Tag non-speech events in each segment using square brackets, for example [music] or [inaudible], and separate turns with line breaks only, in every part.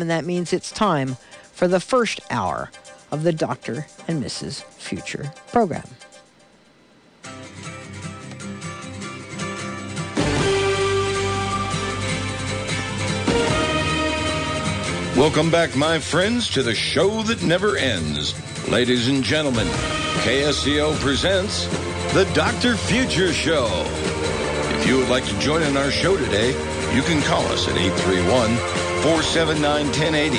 And that means it's time for the first hour of the Dr. and Mrs. Future program.
Welcome back, my friends, to the show that never ends. Ladies and gentlemen, KSCO presents The Dr. Future Show. If you would like to join in our show today, you can call us at 831 479 1080.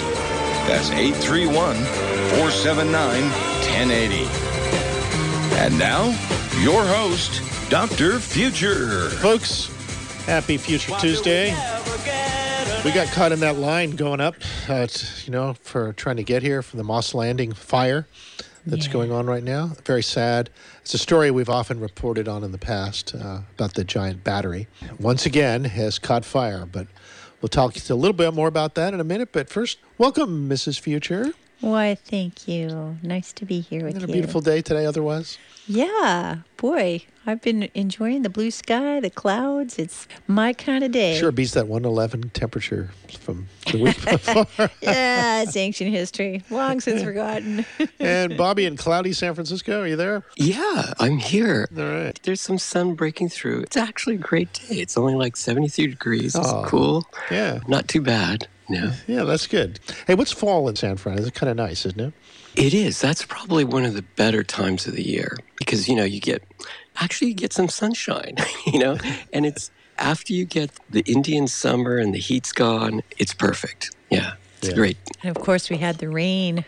That's 831 479 1080. And now, your host, Dr. Future.
Folks, happy Future Tuesday. We got caught in that line going up, uh, t- you know, for trying to get here from the Moss Landing fire that's going on right now. Very sad. It's a story we've often reported on in the past uh, about the giant battery. Once again, has caught fire, but we'll talk a little bit more about that in a minute. But first, welcome, Mrs. Future.
Why, thank you. Nice to be here with
Isn't it
you.
a beautiful day today, otherwise?
Yeah, boy, I've been enjoying the blue sky, the clouds. It's my kind of day.
Sure beats that 111 temperature from the week before.
[laughs] Yeah, it's ancient history, long since forgotten.
and Bobby in cloudy San Francisco, are you there?
Yeah, I'm here.
All right.
There's
[laughs]
some sun breaking through. It's actually a great day. It's only like 73 degrees. It's
Oh.
cool.
Yeah.
Not too bad. No,
Yeah, that's good. Hey, what's fall in San Fran? It's kind of nice, isn't it?
it is. That's probably one of the better times of the year because, you know, you get actually you get some sunshine, [laughs] you know, and it's after you get the Indian summer and the heat's gone, it's perfect. Yeah, it's
Yeah.
great.
and of course, we had the rain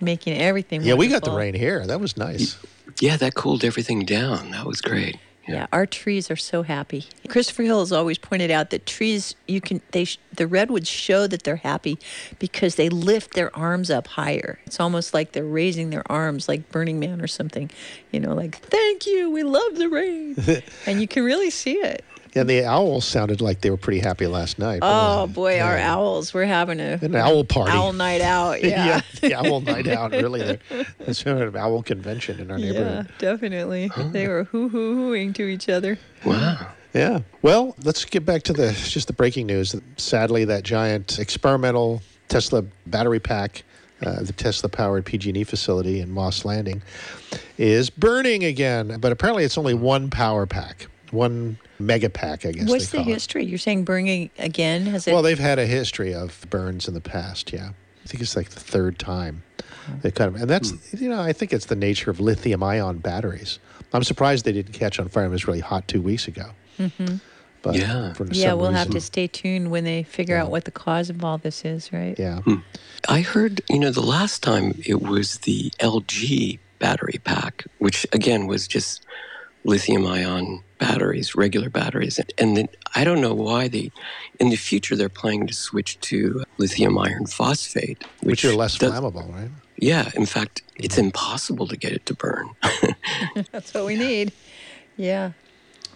making everything
Yeah, we got the
wonderful.
rain here. That was nice.
Yeah, that cooled everything down. That was great.
Yeah, our trees are so happy. Christopher Hill has always pointed out that trees, you can, they, sh- the redwoods show that they're happy because they lift their arms up higher. It's almost like they're raising their arms like Burning Man or something, you know, like, thank you, we love the rain. and you can really see it.
And the owls sounded like they were pretty happy last night.
Oh
Uh,
boy, our owls, we're having a
an owl party.
owl night
[laughs]
out. Yeah.
the owl night out, really. There-
[laughs]
There's sort of an owl convention in our
Yeah,
neighborhood.
definitely. They were hoo hoo hooing to each other.
Wow.
Yeah. Well, let's get back to the just the breaking news. Sadly, that giant experimental Tesla battery pack, uh, the Tesla-powered PG&E E facility in Moss Landing, is burning again. But apparently, it's only one power pack, one mega pack, I guess.
What's
they
the
call it.
history? You're saying burning again? Has it?
Well, they've had a history of burns in the past. Yeah, I think it's like the third time
Uh-huh.
they cut them, and that's
Hmm.
you know I think it's the nature of lithium-ion batteries. I'm surprised they didn't catch on fire. It was really hot two weeks ago. Mm-hmm. But
Yeah.
for
Yeah,
some
we'll have to
reason-
stay tuned when they figure out what the cause of all this is, right?
Yeah,
I heard, you know, the last time it was the LG battery pack, which again was just lithium ion batteries, regular batteries. And then I don't know why they, in the future, they're planning to switch to lithium iron phosphate,
which, are less
does-
flammable, right? Mm-hmm.
Yeah. In fact, it's impossible to get it to
[laughs]
burn.
[laughs] That's what we need. Yeah.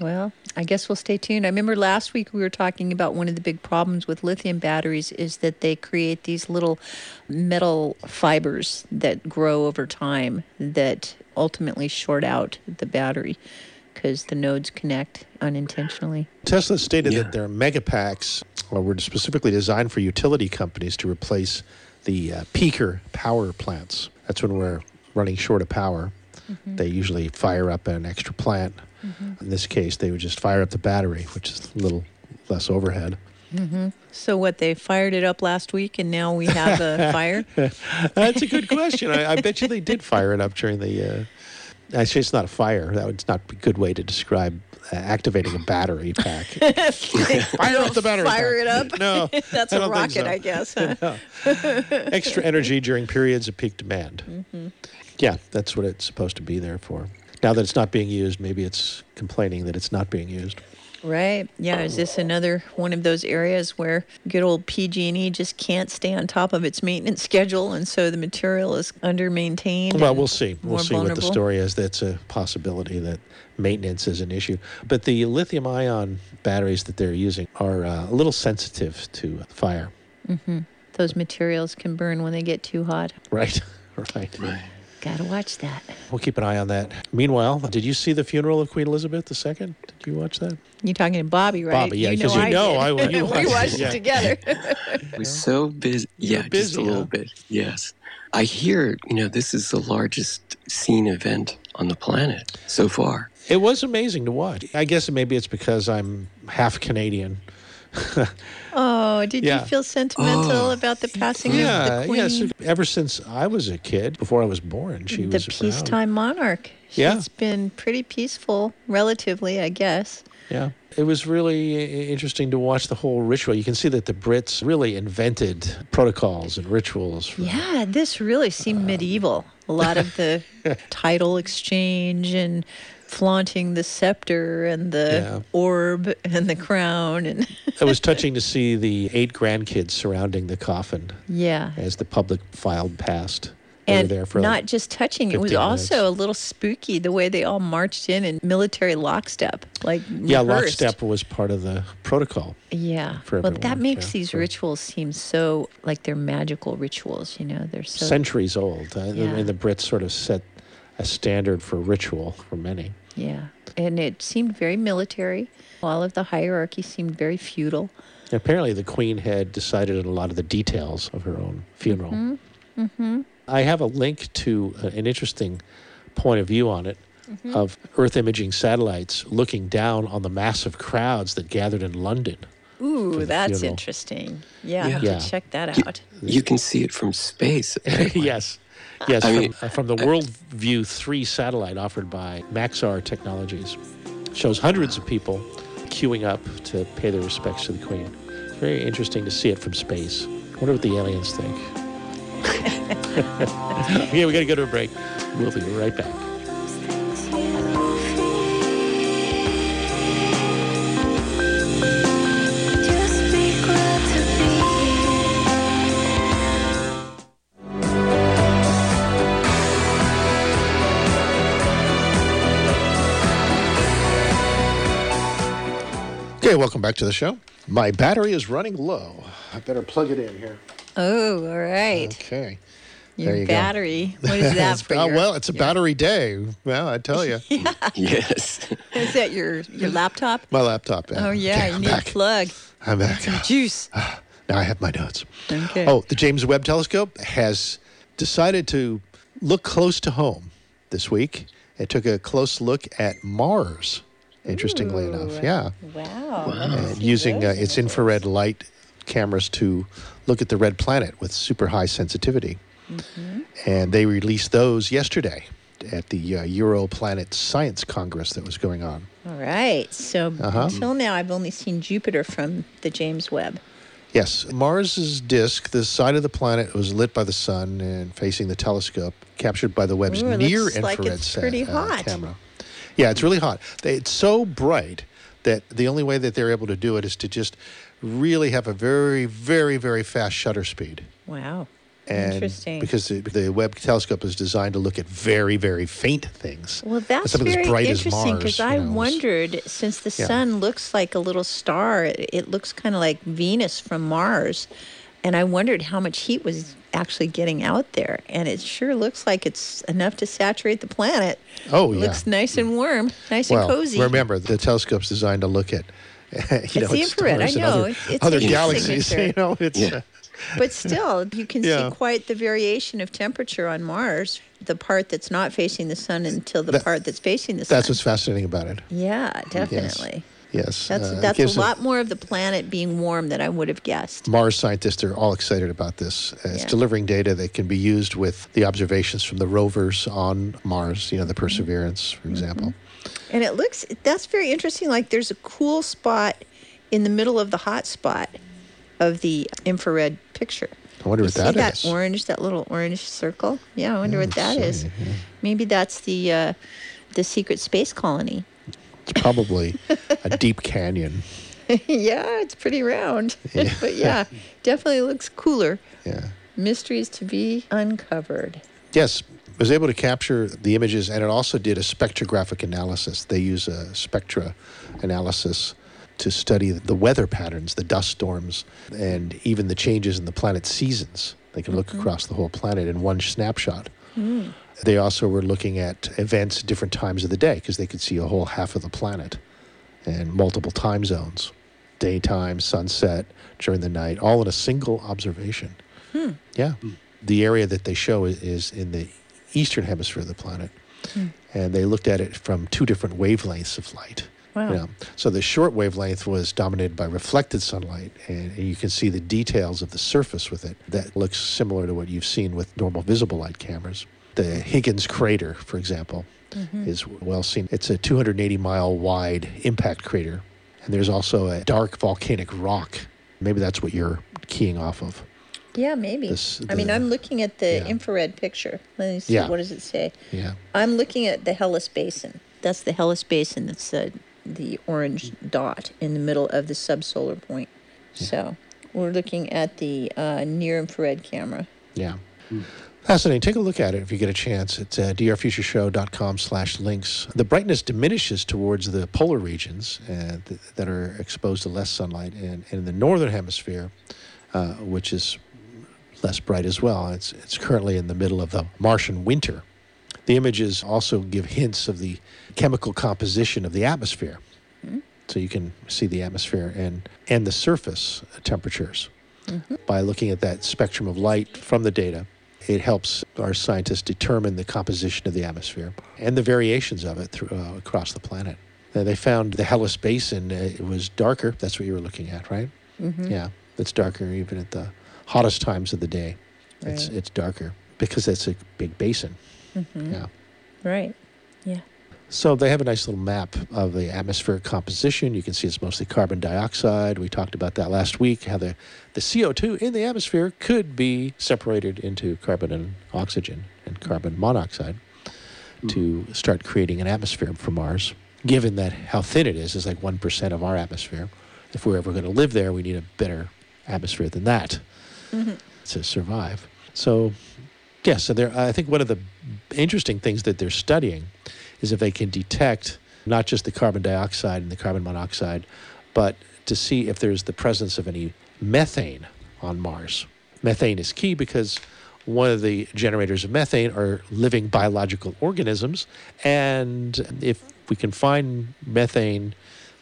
Well, I guess we'll stay tuned. I remember last week we were talking about one of the big problems with lithium batteries is that they create these little metal fibers that grow over time that ultimately short out the battery because the nodes connect unintentionally.
Tesla stated
Yeah.
that their mega packs uh, were specifically designed for utility companies to replace the uh, peaker power plants. That's when we're running short of power.
Mm-hmm.
They usually fire up an extra plant. In this case, they would just fire up the battery, which is a little less overhead.
Mm-hmm. So, what they fired it up last week and now we have
[laughs]
a fire?
That's a good question. I, I bet you they did fire it up during the. Uh, Actually, it's not a fire. That would not be a good way to describe uh, activating a battery
[laughs]
pack. [laughs] fire up the battery.
Fire it
pack.
up?
No,
[laughs] That's
I
a
don't
rocket,
think so.
I
[laughs]
guess. Huh?
extra energy during periods of peak demand.
Mm-hmm.
Yeah, that's what it's supposed to be there for. Now that it's not being used, maybe it's complaining that it's not being used.
Right. Yeah. Is this another one of those areas where good old PG&E E just can't stay on top of its maintenance schedule, and so the material is under maintained?
Well, we'll see. We'll
more
see what the
vulnerable.
story is. That's a possibility that maintenance is an issue. But the lithium ion batteries that they're using are uh, a little sensitive to fire.
[laughs]
Mm-hmm. Those materials can burn when they get too hot.
Right. right.
Right.
Gotta watch that.
We'll keep an eye on that. Meanwhile, did you see the funeral of Queen Elizabeth II? Did you watch that?
You're talking to Bobby, right?
Bobby, yeah, 'cause you
I
know
did.
I will-
[laughs]
you
we
watched it,
watched
yeah.
it together.
It was so busy. Yeah, just
busy,
a little
huh?
bit. Yes. I hear, you know, this is the largest scene event on the planet so far.
It was amazing to watch. I guess maybe it's because I'm half Canadian.
oh, did
Yeah.
you feel sentimental
Oh.
about the passing of
Yeah,
the queen?
yeah. So ever since I was a kid, before I was born, she
the
was around.
peacetime monarch.
Yeah.
She's been pretty peaceful, relatively, I guess.
Yeah. It was really i- interesting to watch the whole ritual. You can see that the Brits really invented protocols and rituals. For,
Yeah, this really seemed medieval. A lot of
[laughs]
the title exchange and flaunting the scepter and the
Yeah.
orb and the crown and [laughs]
It was touching to see the eight grandkids surrounding the coffin
yeah.
as the public filed past. They were
Uh-huh. And
there for
not just touching, it was
15
also
minutes.
a little spooky the way they all marched in in military lockstep, like
yeah,
rehearsed.
lockstep was part of the protocol.
Yeah,
for
well, that
everyone,
makes
yeah,
these
so-
rituals seem so like they're magical rituals. You know, they're so
Centuries old, uh,
Yeah.
and the Brits sort of set a standard for ritual for many.
Yeah. And it seemed very military. All of the hierarchy seemed very feudal.
Apparently, the Queen had decided on a lot of the details of her own funeral.
Mm-hmm.
I have a link to a- an interesting point of view on it of Earth imaging satellites looking down on the massive crowds that gathered in London.
Ooh,
the
that's
funeral.
interesting. Yeah, I have
Yeah.
to check that out.
You can see it from space.
[laughs] yes. Yes,
I
from,
mean,
uh, from the WorldView 3 satellite offered by Maxar Technologies. Shows hundreds of people queuing up to pay their respects to the Queen. Very interesting to see it from space. wonder what the aliens
[laughs]
think. yeah, we got to go to a break. We'll be right back.
Okay, welcome back to the show. My battery is running low. I better plug it in here.
Oh, all right.
Okay.
Your
you go. [laughs]
battery. What is that for?
Oh,
your-
well, it's a battery day. Well, I
[laughs]
tell you,
yes.
is that your, your laptop?
my laptop.
Oh, yeah,
Okay,
you
I'm
need
back.
a plug.
I'm back.
Juice.
Now I have my notes.
Okay.
Oh, the James Webb Telescope has decided to look close to home this week. It took a close look at Mars, interestingly enough. Yeah.
Wow.
And using uh, its infrared light cameras to look at the red planet with super high sensitivity. And they released those yesterday at the uh, Europlanet Science Congress that was going on.
All right. So
Uh-huh.
until now, I've only seen Jupiter from the James Webb.
Yes, Mars's disk, the side of the planet, was lit by the sun and facing the telescope, captured by the Webb's
Ooh, it
near
looks
infrared
like it's
sa-
pretty
uh,
hot.
camera. Yeah, it's really hot. They- It's so bright that the only way that they're able to do it is to just really have a very, very, very fast shutter speed.
Wow.
And
Interesting.
Because the, the Webb telescope is designed to look at very, very faint things.
Well,
But
that's
something
very
as bright as
interesting
Mars.
because
you
I
know, is-
wondered since the sun looks like a little star, it, it looks kind of like Venus from Mars, and I wondered how much heat was actually getting out there, and it sure looks like it's enough to saturate the planet.
Oh,
It
yeah.
looks nice and warm, nice
well,
and cozy.
remember the telescope's designed to look at. [laughs] You know,
the
at
infrared, I
stars and
know.
Other,
It's- it's
other
interesting
galaxies. [laughs]
picture.
You know, it's
Yeah.
uh,
but still, you
[laughs]
can
Yeah.
see quite the variation of temperature on Mars. The part that's not facing the sun until the
That-
part that's facing the sun.
that's what's fascinating about it.
yeah, definitely.
Yes,
That's
uh, it
that's
gives
a lot more of the planet being warm than I would have guessed.
Mars scientists are all excited about this. Uh, It's
Yeah.
delivering data that can be used with the observations from the rovers on Mars. You know, the Perseverance,
Mm-hmm.
for example.
And it looks that's very interesting. Like there's a cool spot in the middle of the hot spot of the infrared picture.
I wonder
You
what
see
that
that
is. Mm,
orange, that little orange circle. Yeah, I wonder what that is. Maybe that's the uh, the secret space colony. [laughs]
It's probably a deep canyon.
yeah, it's pretty round. [laughs] but
[laughs]
yeah, definitely looks cooler.
Yeah.
Mysteries to be uncovered.
Yes, it was able to capture the images, and it also did a spectrographic analysis. They use a spectra analysis to study the weather patterns, the dust storms,
Mm-hmm.
and even the changes in the planet's seasons. They can look across the whole planet in one snapshot.
Hmm.
They also were looking at events at different times of the day because they could see a whole half of the planet and multiple time zones daytime, sunset, during the night, all in a single observation.
Hmm.
Yeah. The area that they show is, is in the eastern hemisphere of the planet. And they looked at it from two different wavelengths of light.
Wow.
So the short wavelength was dominated by reflected sunlight, and, and you can see the details of the surface with it that looks similar to what you've seen with normal visible light cameras. The Higgins crater, for example,
Mm-hmm.
is well seen. It's a 280 mile wide impact crater, and there's also a dark volcanic rock. Maybe that's what you're keying off of.
Yeah, maybe.
This-
I mean,
the-
I'm looking at the
yeah.
infrared picture. Let me see.
Yeah.
What does it say?
Yeah.
I'm looking at the Hellas Basin. That's the Hellas Basin. That's the, the orange dot in the middle of the subsolar point. So we're looking at the uh, near infrared camera.
Yeah. Hmm. Fascinating. Take a look at it if you get a chance. It's uh, drfutureshow.com slash links. The brightness diminishes towards the polar regions uh, th- that are exposed to less sunlight. And, and in the northern hemisphere, uh, which is less bright as well, it's, it's currently in the middle of the Martian winter. The images also give hints of the chemical composition of the atmosphere. So you can see the atmosphere and, and the surface temperatures by looking at that spectrum of light from the data. It helps our scientists determine the composition of the atmosphere and the variations of it through, uh, across the planet. Now, they found the Hellas Basin uh, it was darker. That's what you were looking at, right? Mm-hmm. Yeah, it's darker even at the hottest times of the day. It's
Right.
it's darker because it's a big basin. Yeah.
Mm-hmm. Right. Yeah.
So they have a nice little map of the atmospheric composition. You can see it's mostly carbon dioxide. We talked about that last week, how the, the CO2 in the atmosphere could be separated into [laughs] carbon and oxygen and carbon monoxide to start creating an atmosphere for Mars. Given that how thin it is, it's like 1% of our atmosphere. If we're ever going to live there, we need a better atmosphere than that to survive. So Yes, so they're, I think one of the interesting things that they're studying is if they can detect not just the carbon dioxide and the carbon monoxide, but to see if there's the presence of any methane on Mars. Methane is key because one of the generators of methane are living biological organisms, and if we can find methane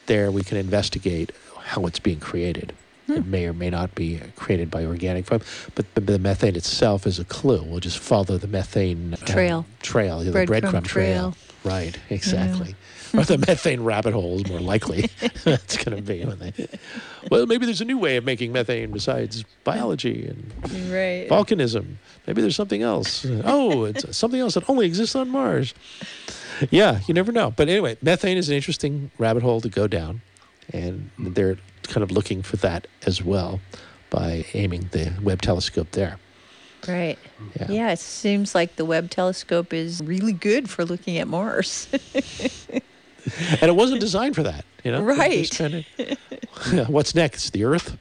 there, we can investigate how it's being created.
Hmm.
It may or may not be created by organic form, but the, the methane itself is a clue. We'll just follow the methane uh,
Trail.
trail, the
Breadcrumb
breadcrumb trail.
trail.
Right, exactly. or the methane rabbit hole is more likely. That's going to be when they. Well, maybe there's a new way of making methane besides biology and
Right.
volcanism. Maybe there's something else. Oh, it's something else that only exists on Mars. Yeah, you never know. But anyway, methane is an interesting rabbit hole to go down, and they're kind of looking for that as well by aiming the Webb telescope there.
Right.
Yeah.
Yeah. it seems like the Webb telescope is really good for looking at Mars.
And it wasn't designed for that, you
[laughs]
know. They just
Right.
kinda- [laughs] what's next? The Earth?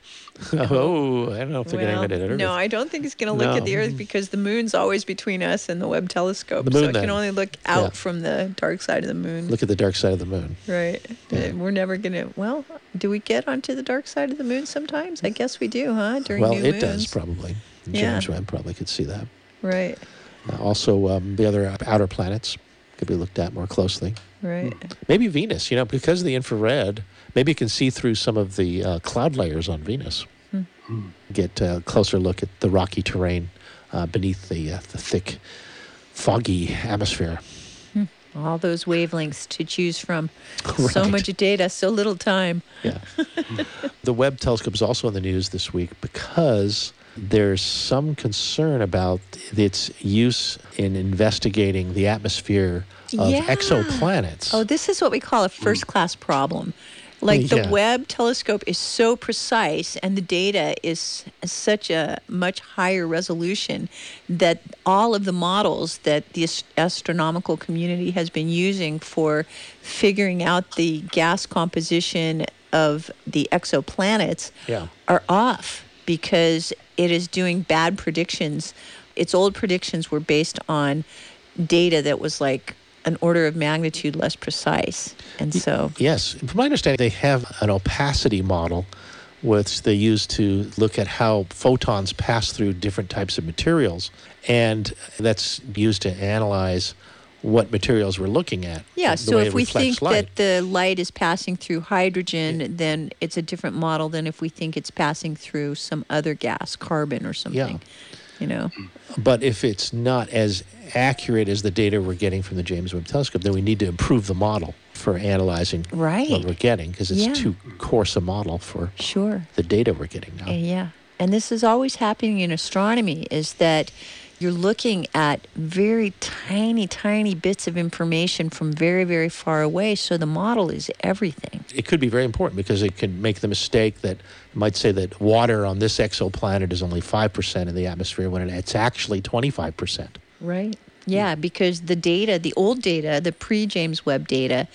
[laughs] oh, I don't know if they're
Well,
going to hit Earth.
no, I don't think it's going to look at the
No.
Earth because the moon's always between us and the Webb telescope.
The
so
moon
it
then.
can only look out
Yeah.
from the dark side of the moon.
Look at the dark side of the moon.
Right. Uh, We're never going to. Well, do we get onto the dark side of the moon sometimes? I guess we do, huh? During
Well,
new
it
moons.
does probably.
Yeah.
James Webb probably could see that.
Right.
Uh, also, um, the other outer planets could be looked at more closely.
Right.
Maybe Venus, you know, because of the infrared, maybe you can see through some of the uh, cloud layers on Venus.
Hmm.
Get uh, a closer look at the rocky terrain uh, beneath the, uh, the thick, foggy atmosphere.
Hmm. All those wavelengths to choose
[laughs]
from. So
Right.
much data, so little time.
Yeah. the Webb telescope is also in the news this week because there's some concern about its use in investigating the atmosphere of
Yeah.
exoplanets. Mm.
Oh, this is what we call a first class problem. Like the
Yeah.
Webb telescope is so precise and the data is such a much higher resolution that all of the models that the as- astronomical community has been using for figuring out the gas composition of the exoplanets [laughs]
Yeah.
are off because it is doing bad predictions. Its old predictions were based on data that was like an order of magnitude less precise. And so,
Yes. From my understanding, they have an opacity model which they use to look at how photons pass through different types of materials. And that's used to analyze what materials we're looking at.
Yeah,
the
so
way
if
it
we
reflects
think that
light.
the light is passing through hydrogen, then it's a different model than if we think it's passing through some other gas, carbon or something. You know,
But if it's not as accurate as the data we're getting from the James Webb Telescope, then we need to improve the model for analyzing
Right.
what we're getting because it's
Yeah.
too coarse a model for
sure.
the data we're getting now.
Uh, Yeah. And this is always happening in astronomy is that you're looking at very tiny, tiny bits of information from very, very far away. So the model is everything.
It could be very important because it could make the mistake that it might say that water on this exoplanet is only 5% of the atmosphere when it's actually 25%.
Right. Yeah, because the data, the old data, the pre James Webb data,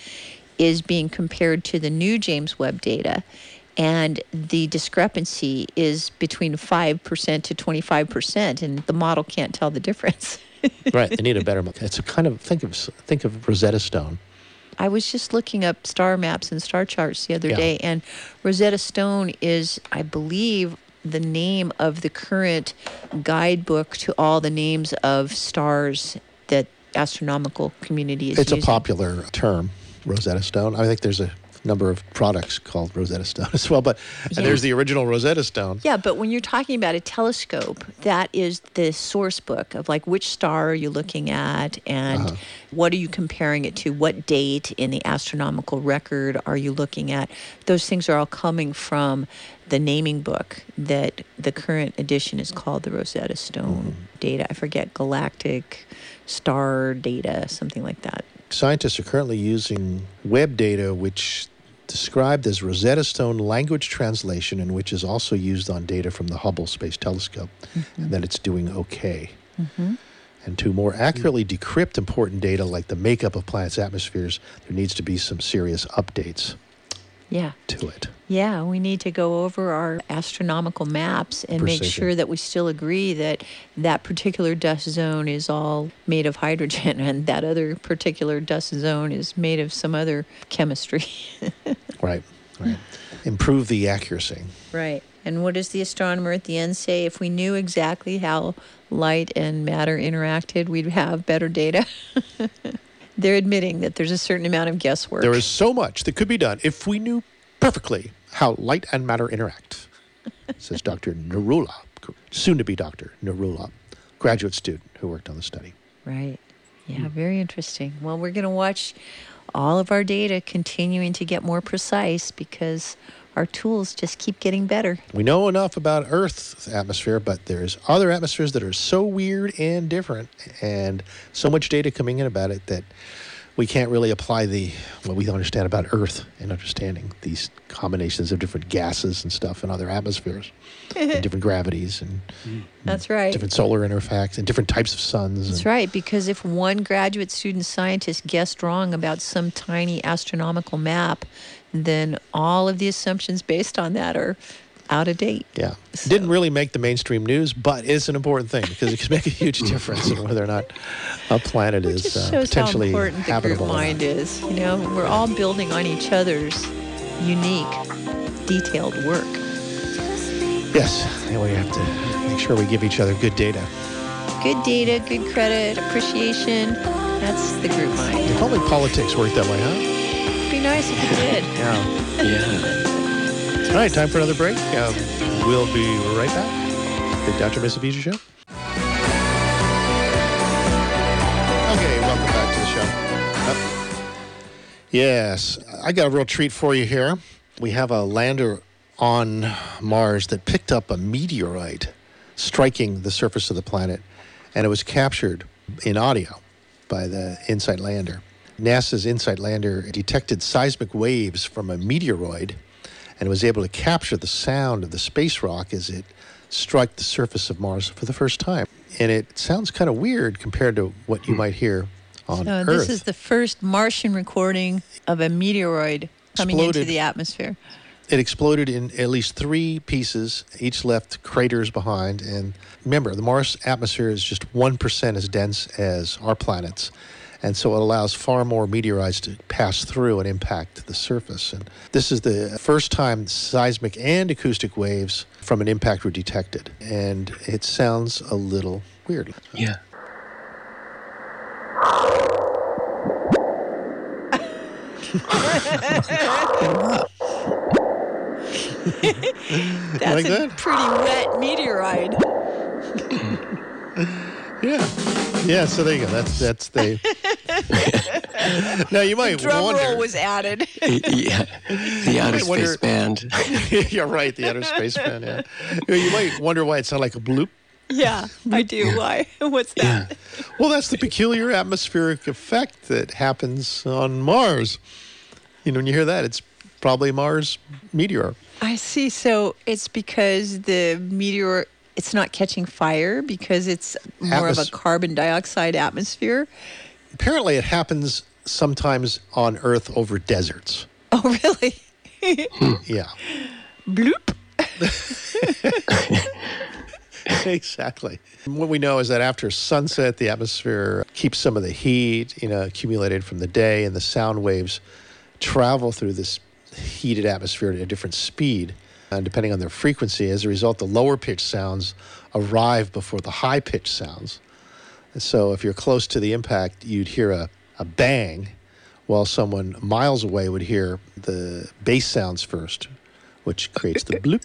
is being compared to the new James Webb data. And the discrepancy is between 5% to 25%, and the model can't tell the difference. [laughs]
right. They need a better model. It's a kind of think of think of Rosetta Stone.
I was just looking up star maps and star charts the other
Yeah.
day, and Rosetta Stone is, I believe, the name of the current guidebook to all the names of stars that astronomical community is
It's a
using.
popular term, Rosetta Stone. I think there's a number of products called Rosetta Stone [laughs] as well, but and
Yeah.
there's the original Rosetta Stone.
Yeah, but when you're talking about a telescope, that is the source book of like which star are you looking at and what are you comparing it to? What date in the astronomical record are you looking at? Those things are all coming from the naming book that the current edition is called the Rosetta Stone data. I forget, galactic star data, something like that.
Scientists are currently using web data, which described as Rosetta Stone language translation, and which is also used on data from the Hubble Space Telescope,
Mm-hmm.
and that it's doing okay. And to more accurately decrypt important data like the makeup of planets' atmospheres, there needs to be some serious updates
Yeah.
to it.
Yeah, we need to go over our astronomical maps and make
Precision.
sure that we still agree that that particular dust zone is all made of hydrogen and that other particular dust zone is made of some other chemistry. [laughs]
Right, right.
Mm-hmm.
Improve the accuracy.
right. And what does the astronomer at the end say? If we knew exactly how light and matter interacted, we'd have better data. [laughs] They're admitting that there's a certain amount of guesswork.
There is so much that could be done if we knew perfectly how light and matter interact, says Dr. Narula, soon to be Dr. Narula, graduate student who worked on the study.
Right.
Mm.
Yeah, very interesting. Well, we're going to watch all of our data continuing to get more precise because our tools just keep getting better.
We know enough about Earth's atmosphere, but there's other atmospheres that are so weird and different, and so much data coming in about it that we can't really apply the what we understand about Earth and understanding these combinations of different gases and stuff and other atmospheres,
[laughs]
and [laughs] different gravities and
That's right.
different solar interfacts and different types of suns.
That's
and-
right, because if one graduate student scientist guessed wrong about some tiny astronomical map, then all of the assumptions based on that are out of date.
Yeah. Didn't really make the mainstream news, but it's an important thing because it can make a huge difference in whether or not a planet
It
is
just
uh,
shows how
potentially
important the group
habitable. or
mind
not.
is. You know, we're all building on each other's unique, detailed work.
Yes. And we have to make sure we give each other good data.
good data, good credit, appreciation. That's the group mind.
If only politics worked that way, huh?
It'd be nice if it did.
Yeah.
Yeah.
All right. Time for another break. Um, we'll be right back. The Dr. Mitsubishi Show. Okay. Welcome back to the show. Up. Yes, I got a real treat for you here. We have a lander on Mars that picked up a meteorite striking the surface of the planet, and it was captured in audio by the InSight lander. NASA's InSight lander detected seismic waves from a meteoroid and was able to capture the sound of the space rock as it struck the surface of Mars for the first time. And it sounds kind of weird compared to what you might hear on
Hmm. So
Earth.
Uh, this is the first Martian recording of a meteoroid coming into
Exploded.
the atmosphere.
It exploded in at least three pieces, each left craters behind. And remember, the Mars atmosphere is just 1% as dense as our planet's. And so it allows far more meteorites to pass through and impact the surface. And this is the first time seismic and acoustic waves from an impact were detected. And it sounds a little weird.
Yeah.
That's
Like
a
that?
pretty wet meteorite.
Yeah. Yeah, so there you go. That's that's
[laughs]
the [laughs] Now you might
Drum
wonder
roll was [laughs] added.
[laughs]
yeah. The outer space
wonder- [laughs]
band.
You're right, the outer space man, yeah. You know, You might wonder why it sounded like a bloop.
yeah, I do. Why? [laughs] What's
Yeah.
that?
Well, that's the peculiar atmospheric effect that happens on Mars. You know, when you hear that, it's probably Mars meteor.
I see. So it's because the meteor, it's not catching fire because it's more of
Atmos-
a carbon dioxide atmosphere.
Apparently, it happens sometimes on Earth over deserts.
[laughs] Oh, really? [laughs]
Hmm.
Yeah,
Bloop.
exactly. And What we know is that after sunset, the atmosphere keeps some of the heat, you know, accumulated from the day, and the sound waves travel through this heated atmosphere at a different speed. And depending on their frequency, as a result, the lower pitched sounds arrive before the high pitched sounds. And so if you're close to the impact, you'd hear a, a bang, while someone miles away would hear the bass sounds first, which creates the bloop.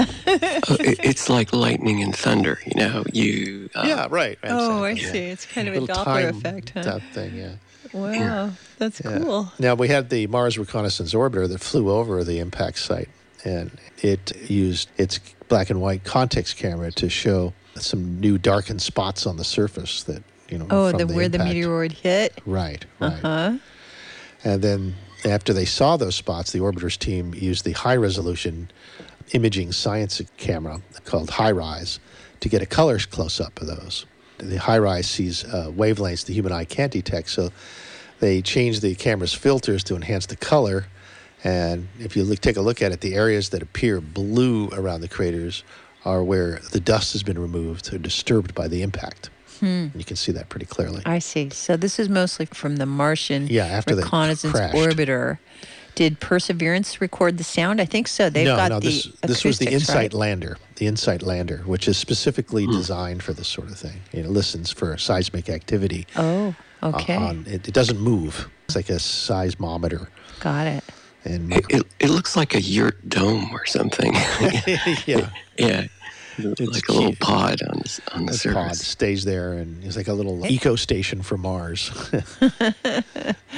Oh,
[laughs]
it- it's like lightning and thunder, you know. You uh,
Yeah, right. right,
Oh, I
exactly, yeah.
see. It's kind of a
Little
Doppler
time
effect, huh?
That thing, yeah.
Wow, that's
Yeah.
cool.
Now we had the Mars Reconnaissance Orbiter that flew over the impact site, and it used its black and white context camera to show some new darkened spots on the surface that you know.
Oh,
from
the, where the Uh-huh.
impact.
meteoroid hit.
Right, right. And then after they saw those spots, the orbiter's team used the high resolution imaging science camera called High Rise to get a color close up of those. The High Rise sees uh, wavelengths the human eye can't detect, so they changed the camera's filters to enhance the color. And if you look, take a look at it, the areas that appear blue around the craters are where the dust has been removed or disturbed by the impact. And you can see that pretty clearly.
Hmm. I see. So this is mostly from the Martian
Yeah, after they
reconnaissance
crashed.
orbiter. Did Perseverance record the sound? I think so. They've
no,
got
no,
the
this, this was the
acoustics, right?
Insight Lander, the Insight Lander, which is specifically
Hmm.
designed for this sort of thing. It listens for seismic activity.
Oh,
o-
okay.
Uh, On, it, it doesn't move. It's like
[laughs]
a seismometer. [laughs]
got it.
And
It, it, it looks like a yurt dome or
[laughs]
something. [laughs]
yeah,
yeah. like a little
cute.
pod on the, s- on the
the pod
surface.
stays there, and it's like a little eco station
[laughs]
for Mars. [laughs]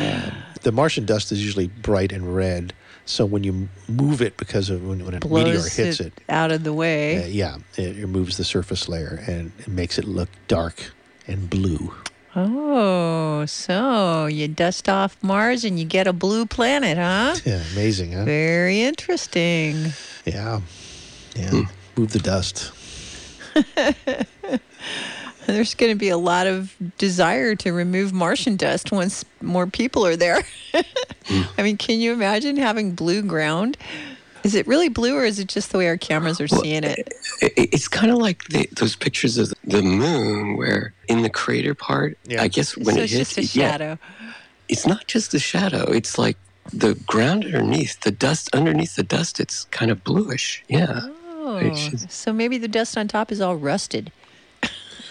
Um, the Martian dust is usually bright and red, so when you m- move it because of when, when a
Blows eh?
meteor hits it,
out of the way.
uh, yeah, it removes the surface layer and it makes it look dark and blue.
Oh, so you dust off Mars and you get a blue planet, huh?
[laughs] Yeah, amazing, huh?
Very interesting.
Yeah. Yeah. Move
[laughs]
the dust.
There's going to be a lot of desire to remove Martian dust once more people are there. [laughs] I mean, can you imagine having blue ground? Is it really blue or is it just the way our cameras are seeing it?
It, it- it's kind of like the, those pictures of the moon where in the crater part,
Yeah.
I guess when
so it's
it hits,
just a
it- yeah,
shadow.
it's not just the shadow. It's like the ground underneath, the dust underneath the dust. It's kind of bluish. Yeah.
Oh,
It's just-
so maybe the dust on top is all rusted.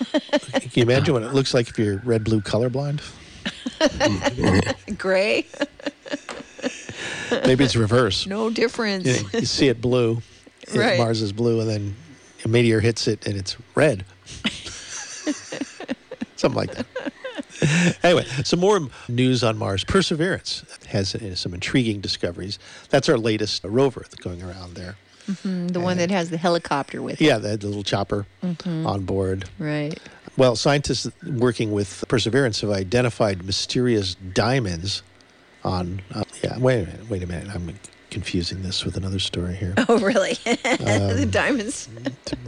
[laughs] Can you imagine what it looks like if you're red blue colorblind?
Gray?
[laughs] Maybe it's reverse.
No difference.
You, know, you see it blue, it-
Right.
Mars is blue, and then a meteor hits it and it's
[laughs]
red. Something like that. Anyway, some more news on Mars. Perseverance has uh, some intriguing discoveries. That's our latest uh, rover that's going around there.
Mm-hmm, The one that has the helicopter with Hmm. it. Mm-hmm.
Yeah, the the little chopper on board.
Right. [laughs]
Well, scientists working with Perseverance have identified mysterious diamonds on. Uh, yeah, wait a minute. Wait a minute. I'm confusing this with another story here.
Oh, really? [laughs]
Um,
the diamonds.
[laughs]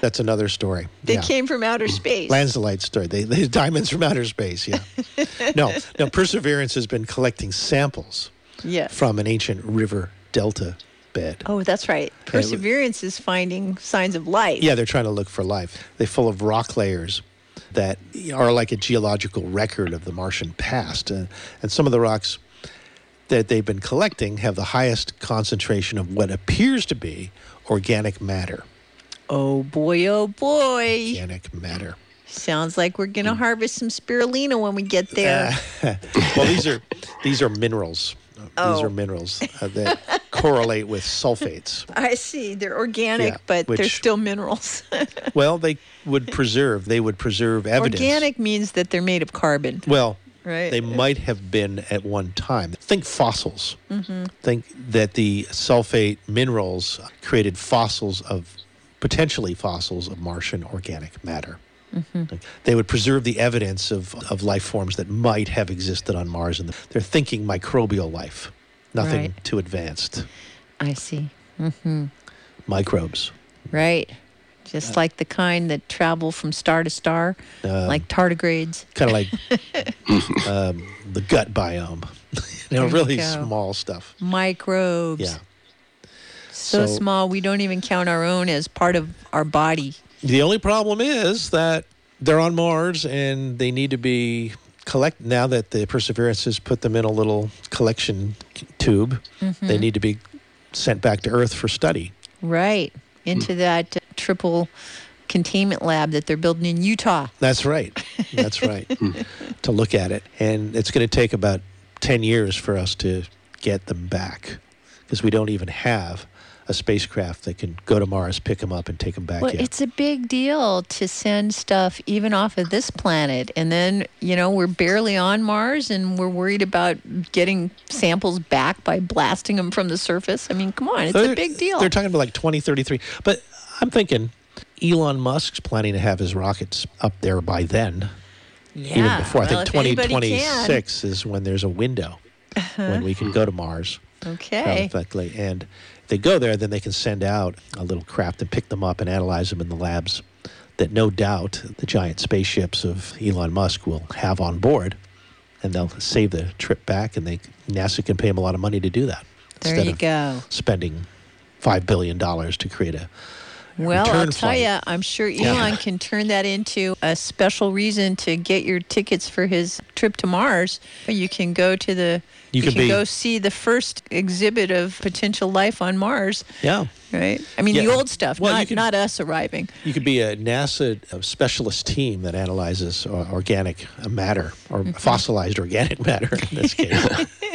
That's another story.
They
yeah.
came from outer space.
Lancelite story. They, they diamonds from outer space. Yeah. no,
[laughs]
no. Perseverance has been collecting samples
yes.
from an ancient river delta bed.
Oh, that's right. Perseverance is finding signs of life.
Yeah, they're trying to look for life. They're full of rock layers that are like a geological record of the Martian past. And, and some of the rocks that they've been collecting have the highest concentration of what appears to be organic matter. [laughs]
Oh boy, oh boy.
Organic matter. Mm.
Sounds like we're going to harvest some spirulina when we get there.
Uh, Well, these are these are minerals. These
Oh.
are minerals uh, that correlate with sulfates.
[laughs] I see. They're organic,
Yeah,
but they're
which-
still minerals. [laughs]
Well, they would preserve. They would preserve evidence.
organic means that they're made of carbon.
Well,
Right.
they might have been at one time. Think fossils.
Mm-hmm.
Think that the sulfate minerals created fossils of potentially fossils of Martian organic matter.
Mm-hmm.
They would preserve the evidence of, of life forms that might have existed on Mars, and they're thinking microbial life, nothing
Right.
too advanced.
I see. Mm-hmm.
Microbes.
Right. Just like the kind that travel from star to star,
Uh.
like tardigrades.
[laughs] kind of
[laughs]
like um, the gut biome. [laughs] you know,
you
really
go.
small stuff.
microbes.
Yeah.
So,
so-
small, we don't even count our own as part of our body.
The only problem is that they're on Mars and they need to be collect now that the Perseverance has put them in a little collection c- tube. They need to be sent back to Earth for study.
Right. Into
Hmm.
that triple containment lab that they're building in Utah.
That's right. [laughs]
[laughs]
That's right. to look at it. And it's going to take about 10 years for us to get them back because we don't even have a spacecraft that can go to Mars, pick them up, and take them back
Well,
yet.
it's a big deal to send stuff even off of this planet. And then, you know, we're barely on Mars and we're worried about getting samples back by blasting them from the surface. I mean, come on, it's
So
a
they're-
big deal.
They're talking about like 2033. But I'm thinking Elon Musk's planning to have his rockets up there by then,
yeah.
even before. I
well,
think
if anybody can.
2026 is when there's a window when we can go to Mars.
[laughs] Okay.
Effectively. And if they go there, then they can send out a little craft and pick them up and analyze them in the labs that no doubt the giant spaceships of Elon Musk will have on board. And they'll save the trip back, and they NASA can pay them a lot of money to do that.
There
instead
you
of
go.
spending five billion dollars to create a
Well,
return
I'll tell
flight.
you, I'm sure Elon can turn that into a special reason to get your tickets for his trip to Mars. You can go to the,
You can
can,
be-
go see the first exhibit of potential life on Mars,
yeah.
right? I mean, the
Yeah.
old stuff,
Well, you
not
can-
not us arriving.
You could be a NASA uh, specialist team that analyzes uh, organic uh, matter or
Mm-hmm.
fossilized organic matter in this case,
[laughs]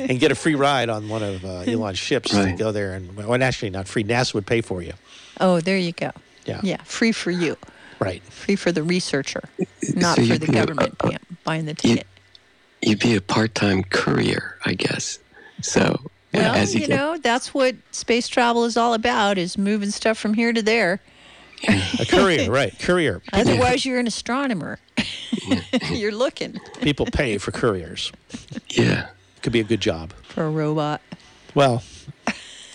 and get a free ride on one of uh, Elon's ships to
Right.
go there. And well, actually, not free. NASA would pay for you.
Oh, there you go.
Yeah.
yeah, free for you,
Right.
free for the researcher, not
[laughs] so
for
you
the
can- uh,
government
uh,
paying- buying the ticket.
You'd be a part-time courier, I guess. So
well,
as
Oh,
you,
you
get-
know, that's what space travel is all about: is moving stuff from here to there.
A
[laughs]
courier. right. Courier.
Otherwise, you're an astronomer. [laughs] you're looking
People pay for couriers.
yeah,
Could be a good job.
for a robot.
Well.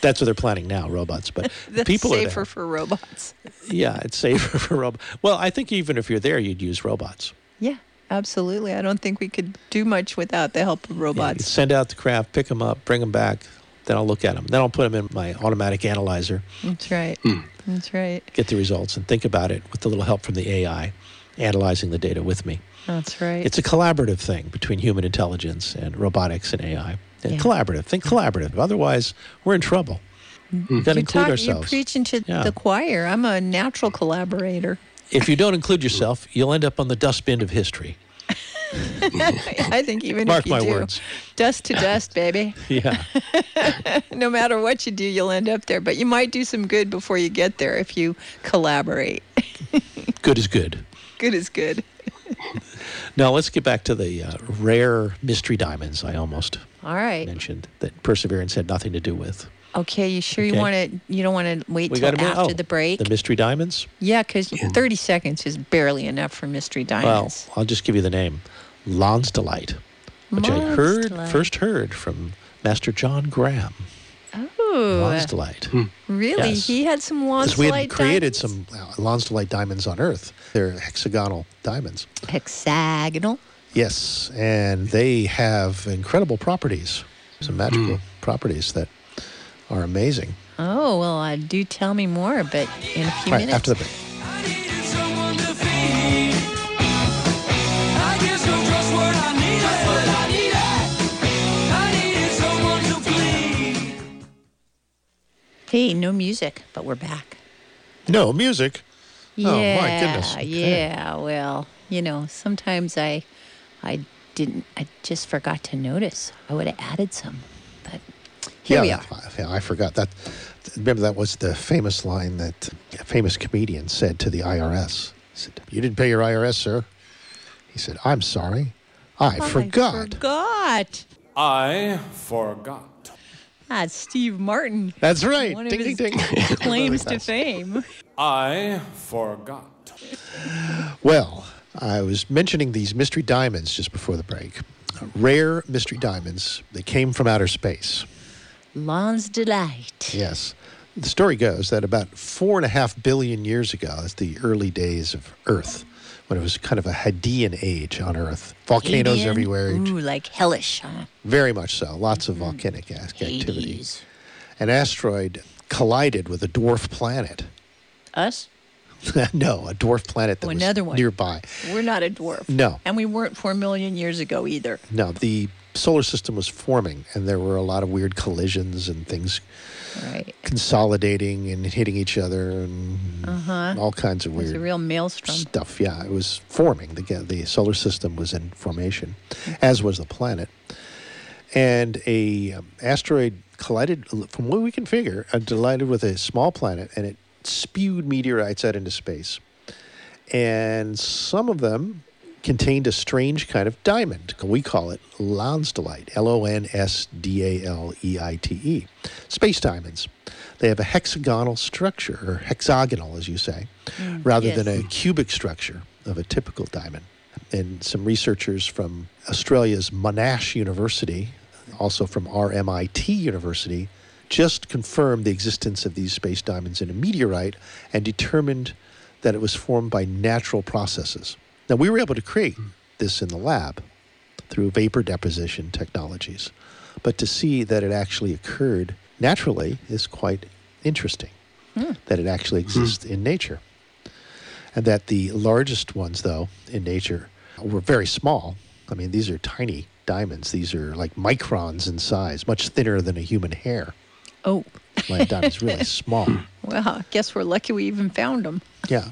That's what they're planning now, robots. But
[laughs] That's
people are
safer
there.
for robots.
Yeah, it's safer [laughs] for robots. Well, I think even if you're there, you'd use robots.
Yeah, absolutely. I don't think we could do much without the help of
You
robots.
send out the craft, pick them up, bring them back. Then I'll look at them. Then I'll put them in my automatic analyzer,
That's right.
Hmm.
That's right.
get the results, and think about it with a little help from the AI, analyzing the data with me.
That's right.
It's a collaborative thing between human intelligence and robotics and AI. And
Yeah. Mm-hmm.
Collaborative. Think collaborative. Otherwise, we're in trouble. We've got to
you
include
you're
ourselves.
preaching to
Yeah.
the choir. I'm a natural
[laughs]
collaborator.
if you don't include yourself, you'll end up on the dustbin of history.
I think even
Mark
if you
my
do,
words.
dust to dust, baby. [laughs]
Yeah.
No matter what you do, you'll end up there. But you might do some good before you get there if you collaborate.
good is good.
good is good.
Now, let's get back to the uh, rare mystery diamonds I almost
All right.
mentioned that Perseverance had nothing to do with.
Okay, you sure you
Okay.
want to? You don't want to wait
We
till
got a minute?
after
Oh,
the break?
The mystery diamonds.
yeah, because thirty seconds is barely enough for mystery
Well,
diamonds.
I'll just give you the name, Lon's Delight, which I heard
Lonsdale.
first heard from Master John Graham.
Ooh,
Lon's Delight.
really?
yes.
He had some
Because we
Lonsdale
had created some uh, Lon's Delight diamonds on Earth. They're hexagonal diamonds.
hexagonal.
Yes, and they have incredible properties, some magical properties that are amazing.
Oh well, I do. Tell me more, but in a few
All right,
minutes.
after the break.
I needed someone to feed. I
Hey, no music, but we're back.
No music.
Yeah,
Oh, my goodness. Okay.
Yeah, well, you know, sometimes I I didn't I just forgot to notice. I would have added some. But here we
yeah,
are.
I, yeah, I forgot that. Remember that was the famous line that a famous comedian said to the IRS. He said, "You didn't pay your IRS, sir." He said, "I'm sorry, I, forgot."
Oh, Forgot.
I forgot.
That's Steve Martin.
That's right.
One of
ding,
his
ding, ding.
[laughs] claims to fame.
I forgot.
Well, I was mentioning these mystery diamonds just before the break. Rare mystery diamonds. They came from outer space.
Lawn's Delight.
Yes. The story goes that about four and a half billion years ago, that's the early days of Earth, when it was kind of a Hadean age on Earth. Volcanoes
Alien.
everywhere,
Ooh, like hellish, huh?
very much so. Lots of volcanic ac- activity.
Mm-hmm. Hades.
An asteroid collided with a dwarf planet.
Us?
[laughs] no, a dwarf planet that
Oh,
was
another one.
nearby.
We're not a dwarf.
No.
And we weren't four million years ago either.
No, the solar system was forming, and there were a lot of weird collisions and things
Right.
consolidating and hitting each other and all kinds of
It's
weird
Uh-huh. a real maelstrom.
stuff. Yeah, it was forming. The, ga- the solar system was in formation, as was the planet. And a um, asteroid collided, from what we can figure, uh, collided with a small planet, and it spewed meteorites out into space. And some of them contained a strange kind of diamond. We call it Lonsdaleite, E L-O-N-S-D-A-L-E-I-T-E. Space diamonds. They have a hexagonal structure, or hexagonal, as you say,
Mm.
rather
yes.
than a cubic structure of a typical diamond. And some researchers from Australia's Monash University, also from RMIT University, just confirmed the existence of these space diamonds in a meteorite and determined that it was formed by natural processes. Now, we were able to create this in the lab through vapor deposition technologies, but to see that it actually occurred naturally is quite interesting, that it actually exists in nature and that the largest ones though in nature were very small i mean these are tiny diamonds these are like microns in size much thinner than a human hair
Oh,
land diamond's really small
well, I guess we're lucky we even found them.
yeah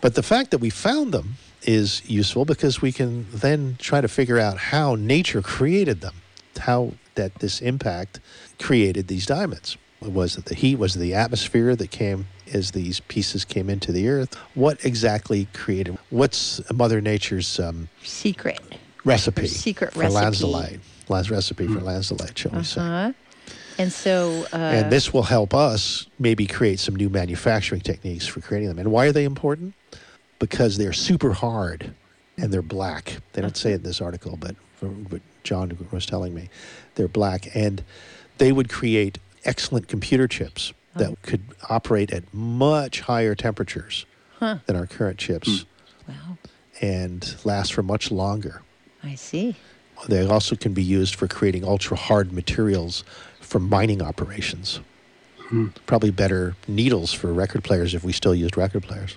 but the fact that we found them is useful because we can then try to figure out how nature created them how that this impact created these diamonds was it the heat was it the atmosphere that came as these pieces came into the earth what exactly created what's mother nature's um,
Secret.
recipe.
Her secret
for Land's
recipe. Hmm. Uh-huh.
Delight. Land's recipe for Land's Delight, shall we say.
Huh? And so, uh,
And this will help us maybe create some new manufacturing techniques for creating them. And why are they important? Because they're super hard and they're black. They don't say it in this article, but from what John was telling me, they're black. And they would create excellent computer chips that could operate at much higher temperatures than our current chips
Hmm. wow,
and last for much longer.
I see.
They also can be used for creating ultra hard materials for mining operations. Probably better needles for record players if we still used record players,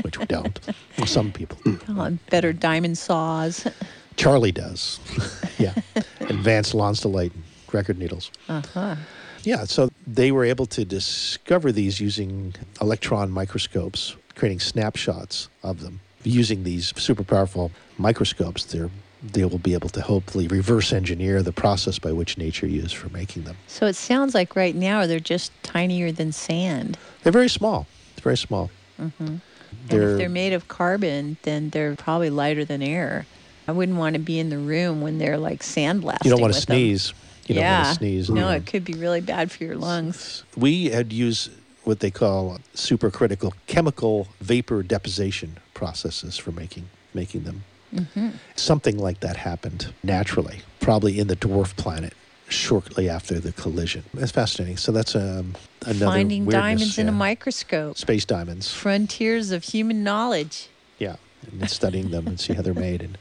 which we don't. Well, Some people. do.
Oh, better diamond saws. [laughs]
Charlie does. [laughs] yeah. Advanced Lonsdaleite record needles. Uh-huh. Yeah, so they were able to discover these using electron microscopes, creating snapshots of them. Using these super powerful microscopes, they're, they will be able to hopefully reverse engineer the process by which nature used for making them.
So it sounds like right now they're just tinier than sand.
They're very small. Very small.
Mm-hmm. And
They're-
if they're made of carbon, then they're probably lighter than air. I wouldn't want to be in the room when they're like sandblasting.
You don't
want
want to sneeze. You
yeah.
don't want to sneeze. Mm-hmm. in
No,
there.
it could be really bad for your lungs.
we had used what they call supercritical chemical vapor deposition processes for making making them.
Mm-hmm.
Something like that happened naturally, probably in the dwarf planet shortly after the collision. It's fascinating. So that's um, another
Finding
weirdness,
diamonds in a
yeah.
microscope.
space diamonds.
Frontiers of human knowledge.
Yeah, and studying them and see how they're made and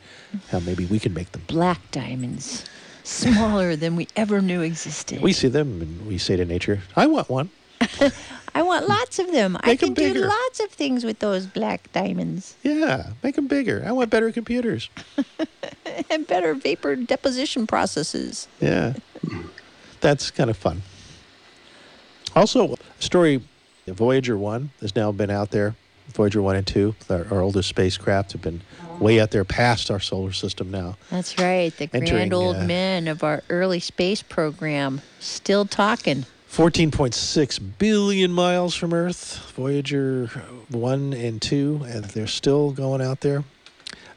how maybe we can make them.
Black diamonds, smaller than we ever knew existed.
We see them and we say to nature, "I want one."
I want lots of them. I
Make 'em
can do
bigger.
lots of things with those black diamonds [laughs]
Yeah, make them bigger. I want better computers.
and better vapor deposition processes.
Yeah. That's kind of fun. Also, a story Voyager 1 has now been out there. Voyager 1 and 2, our, our oldest spacecraft, have been way out there past our solar system now.
That's right. The
Entering,
grand old
uh,
men of our early space program still talking.
14.6 billion miles from Earth, Voyager 1 and 2, and they're still going out there.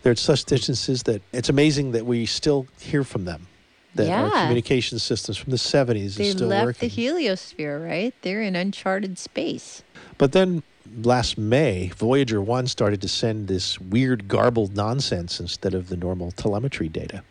They're at such distances that it's amazing that we still hear from them. That our
Yeah.
communication systems from the 70s
They
is still
left
working.
the heliosphere, right? They're in uncharted space.
But then last May, Voyager 1 started to send this weird garbled nonsense instead of the normal telemetry data.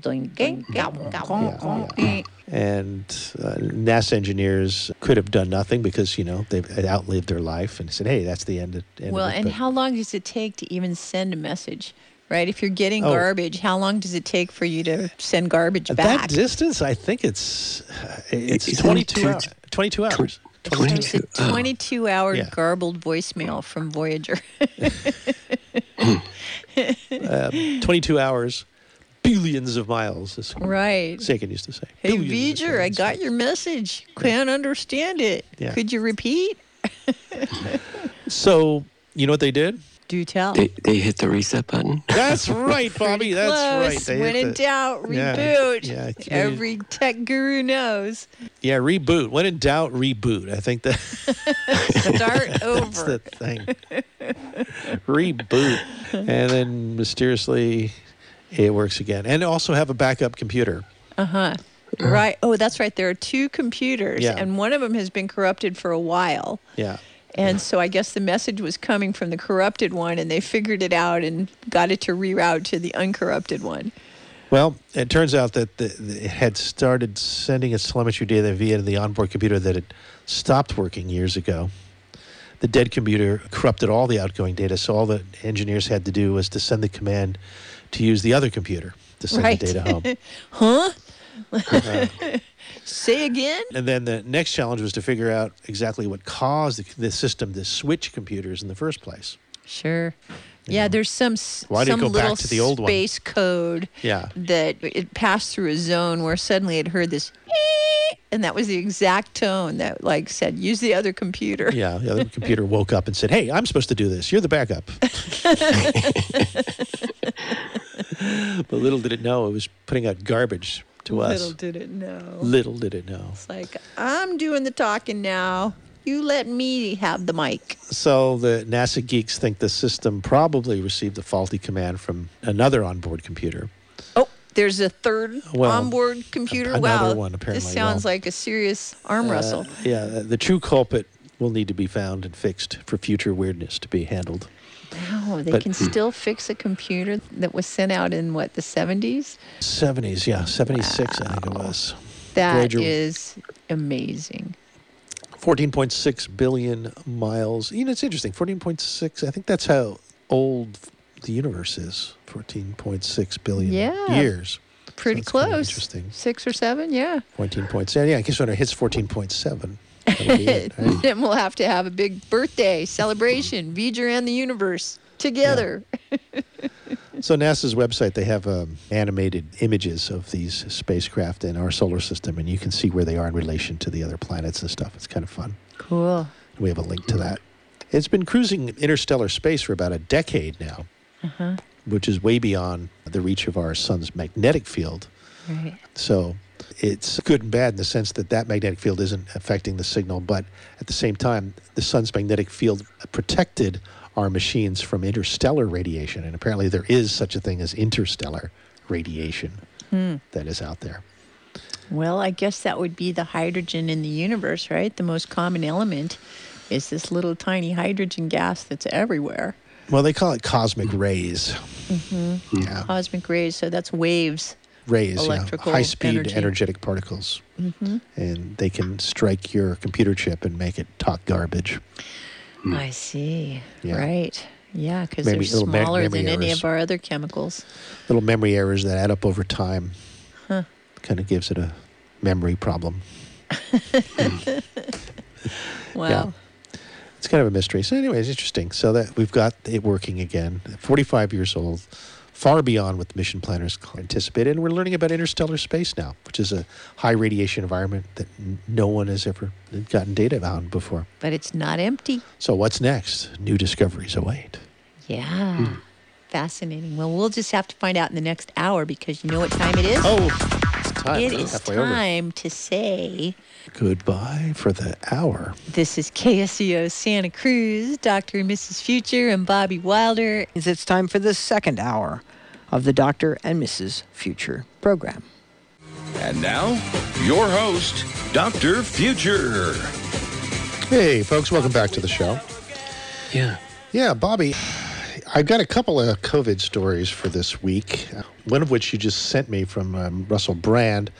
Doing gang, gow, gow, gow.
Yeah, And uh, NASA engineers could have done nothing because, you know, they've had outlived their life and said, hey, that's the end of, end
Well,
of it.
and
But
how long does it take to even send a message? Right? If you're getting
Oh.
garbage, how long does it take for you to send garbage
at
back?
that
[gasps]
distance, I think it's it's,
It's
22,
22
hours. 22 hours.
It's a
22. Oh.
22 hour
Yeah.
garbled voicemail from Voyager. [laughs]
[laughs] 22 Um, hours, billions of miles, as
right.
Sagan used to say.
Hey,
Billions of
V'ger, I
billions.
got your message. Can't understand it.
Yeah.
Could you repeat?
So, you know what they did?
Do tell.
They, they hit the reset button.
That's right, Bobby. That's right.
Close.
They
When
hit
in
the-
doubt,
Yeah.
reboot.
Yeah, it's really-
Every tech guru knows. [laughs]
Yeah, reboot. When in doubt, reboot. I think that-
Start
[laughs] that's
over.
the thing. reboot. And then mysteriously, it works again. And also have a backup computer.
Uh-huh. right. Oh, that's right. There are two computers,
Yeah.
and one of them has been corrupted for a while.
Yeah.
And so I guess the message was coming from the corrupted one, and they figured it out and got it to reroute to the uncorrupted one.
Well, it turns out that the, the, it had started sending its telemetry data via the onboard computer that had stopped working years ago. The dead computer corrupted all the outgoing data, so all the engineers had to do was to send the command to use the other computer to send
Right.
the data home.
[laughs] Say again?
And then the next challenge was to figure out exactly what caused the, the system to switch computers in the first place.
Sure. Yeah, there's some s-
Why did it
some
go back
little
to the old one?
space code
Yeah.
that it passed through a zone where suddenly it heard this "Ee!" and that was the exact tone that like said use the other computer.
Yeah, the other computer woke up and said, "Hey, I'm supposed to do this. You're
[laughs]
the backup." but little did it know it was putting out garbage to us.
Little did it know.
Little did it know.
It's like I'm doing the talking now. You let me have the mic.
So the NASA geeks think the system probably received a faulty command from another onboard computer.
Oh, there's a third
Well,
onboard computer.
another
wow,
one, apparently.
this sounds
Well,
like a serious arm wrestle.
Uh, Yeah, the, the true culprit will need to be found and fixed for future weirdness to be handled.
Wow, they
but- hmm.
can still fix a computer that was sent out in what the 70s.
70s, yeah, 76 I think it was.
That is
Voyager-
amazing.
14.6 billion miles. You know, it's interesting. 14.6, I think that's how old the universe is 14.6 billion
Yeah.
years.
Pretty
that's kinda
close.
interesting.
Six or seven, yeah.
14.7. Yeah, I guess when it hits 14.7. that'll be
[laughs]
it, right?
then we'll have to have a big
[laughs]
birthday celebration, V'ger and the universe together.
So NASA's website, they have um, animated images of these spacecraft in our solar system, and you can see where they are in relation to the other planets and stuff. It's kind of fun.
Cool.
We have a link to that. It's been cruising interstellar space for about a decade now,
Uh-huh.
which is way beyond the reach of our sun's magnetic field.
Right.
So it's good and bad in the sense that that magnetic field isn't affecting the signal, but at the same time, the sun's magnetic field protected our machines from interstellar radiation. And apparently, there is such a thing as interstellar radiation
[laughs] Hmm.
that is out there.
Well, I guess that would be the hydrogen in the universe, right? The most common element is this little tiny hydrogen gas that's everywhere.
Well, they call it cosmic rays. Yeah.
Cosmic rays, so that's waves.
rays, yeah,
electrical
high speed
energy. Mm-hmm.
energetic particles. And they can strike your computer chip and make it talk garbage.
I see.
Hmm. Yeah.
Right. Yeah, because
Maybe
they're
little ma-
smaller
memory
than any
errors.
of our other chemicals.
Little memory errors that add up over time kind of gives it a memory problem. Hmm.
[laughs] Wow.
It's kind of a mystery. So, anyway, it's interesting. So that we've got it working again. 45 years old, far beyond what the mission planners anticipated. And we're learning about interstellar space now, which is a high radiation environment that n- no one has ever gotten data on before.
But it's not empty.
So, what's next? New discoveries await.
Yeah.
Hmm.
Fascinating. Well, we'll just have to find out in the next hour because you know what time it is?
Oh, it's time.
it is
Halfway over.
time to say
Goodbye for the hour.
this is KSEO Santa Cruz, Dr. and Mrs. Future, and Bobby Wilder.
means it's time for the second hour of the Dr. and Mrs. Future program.
And now, your host, Dr. Future.
Hey, folks, welcome back to the show.
Yeah.
Yeah, Bobby, I've got a couple of COVID stories for this week. One of which you just sent me from um, Russell Brand.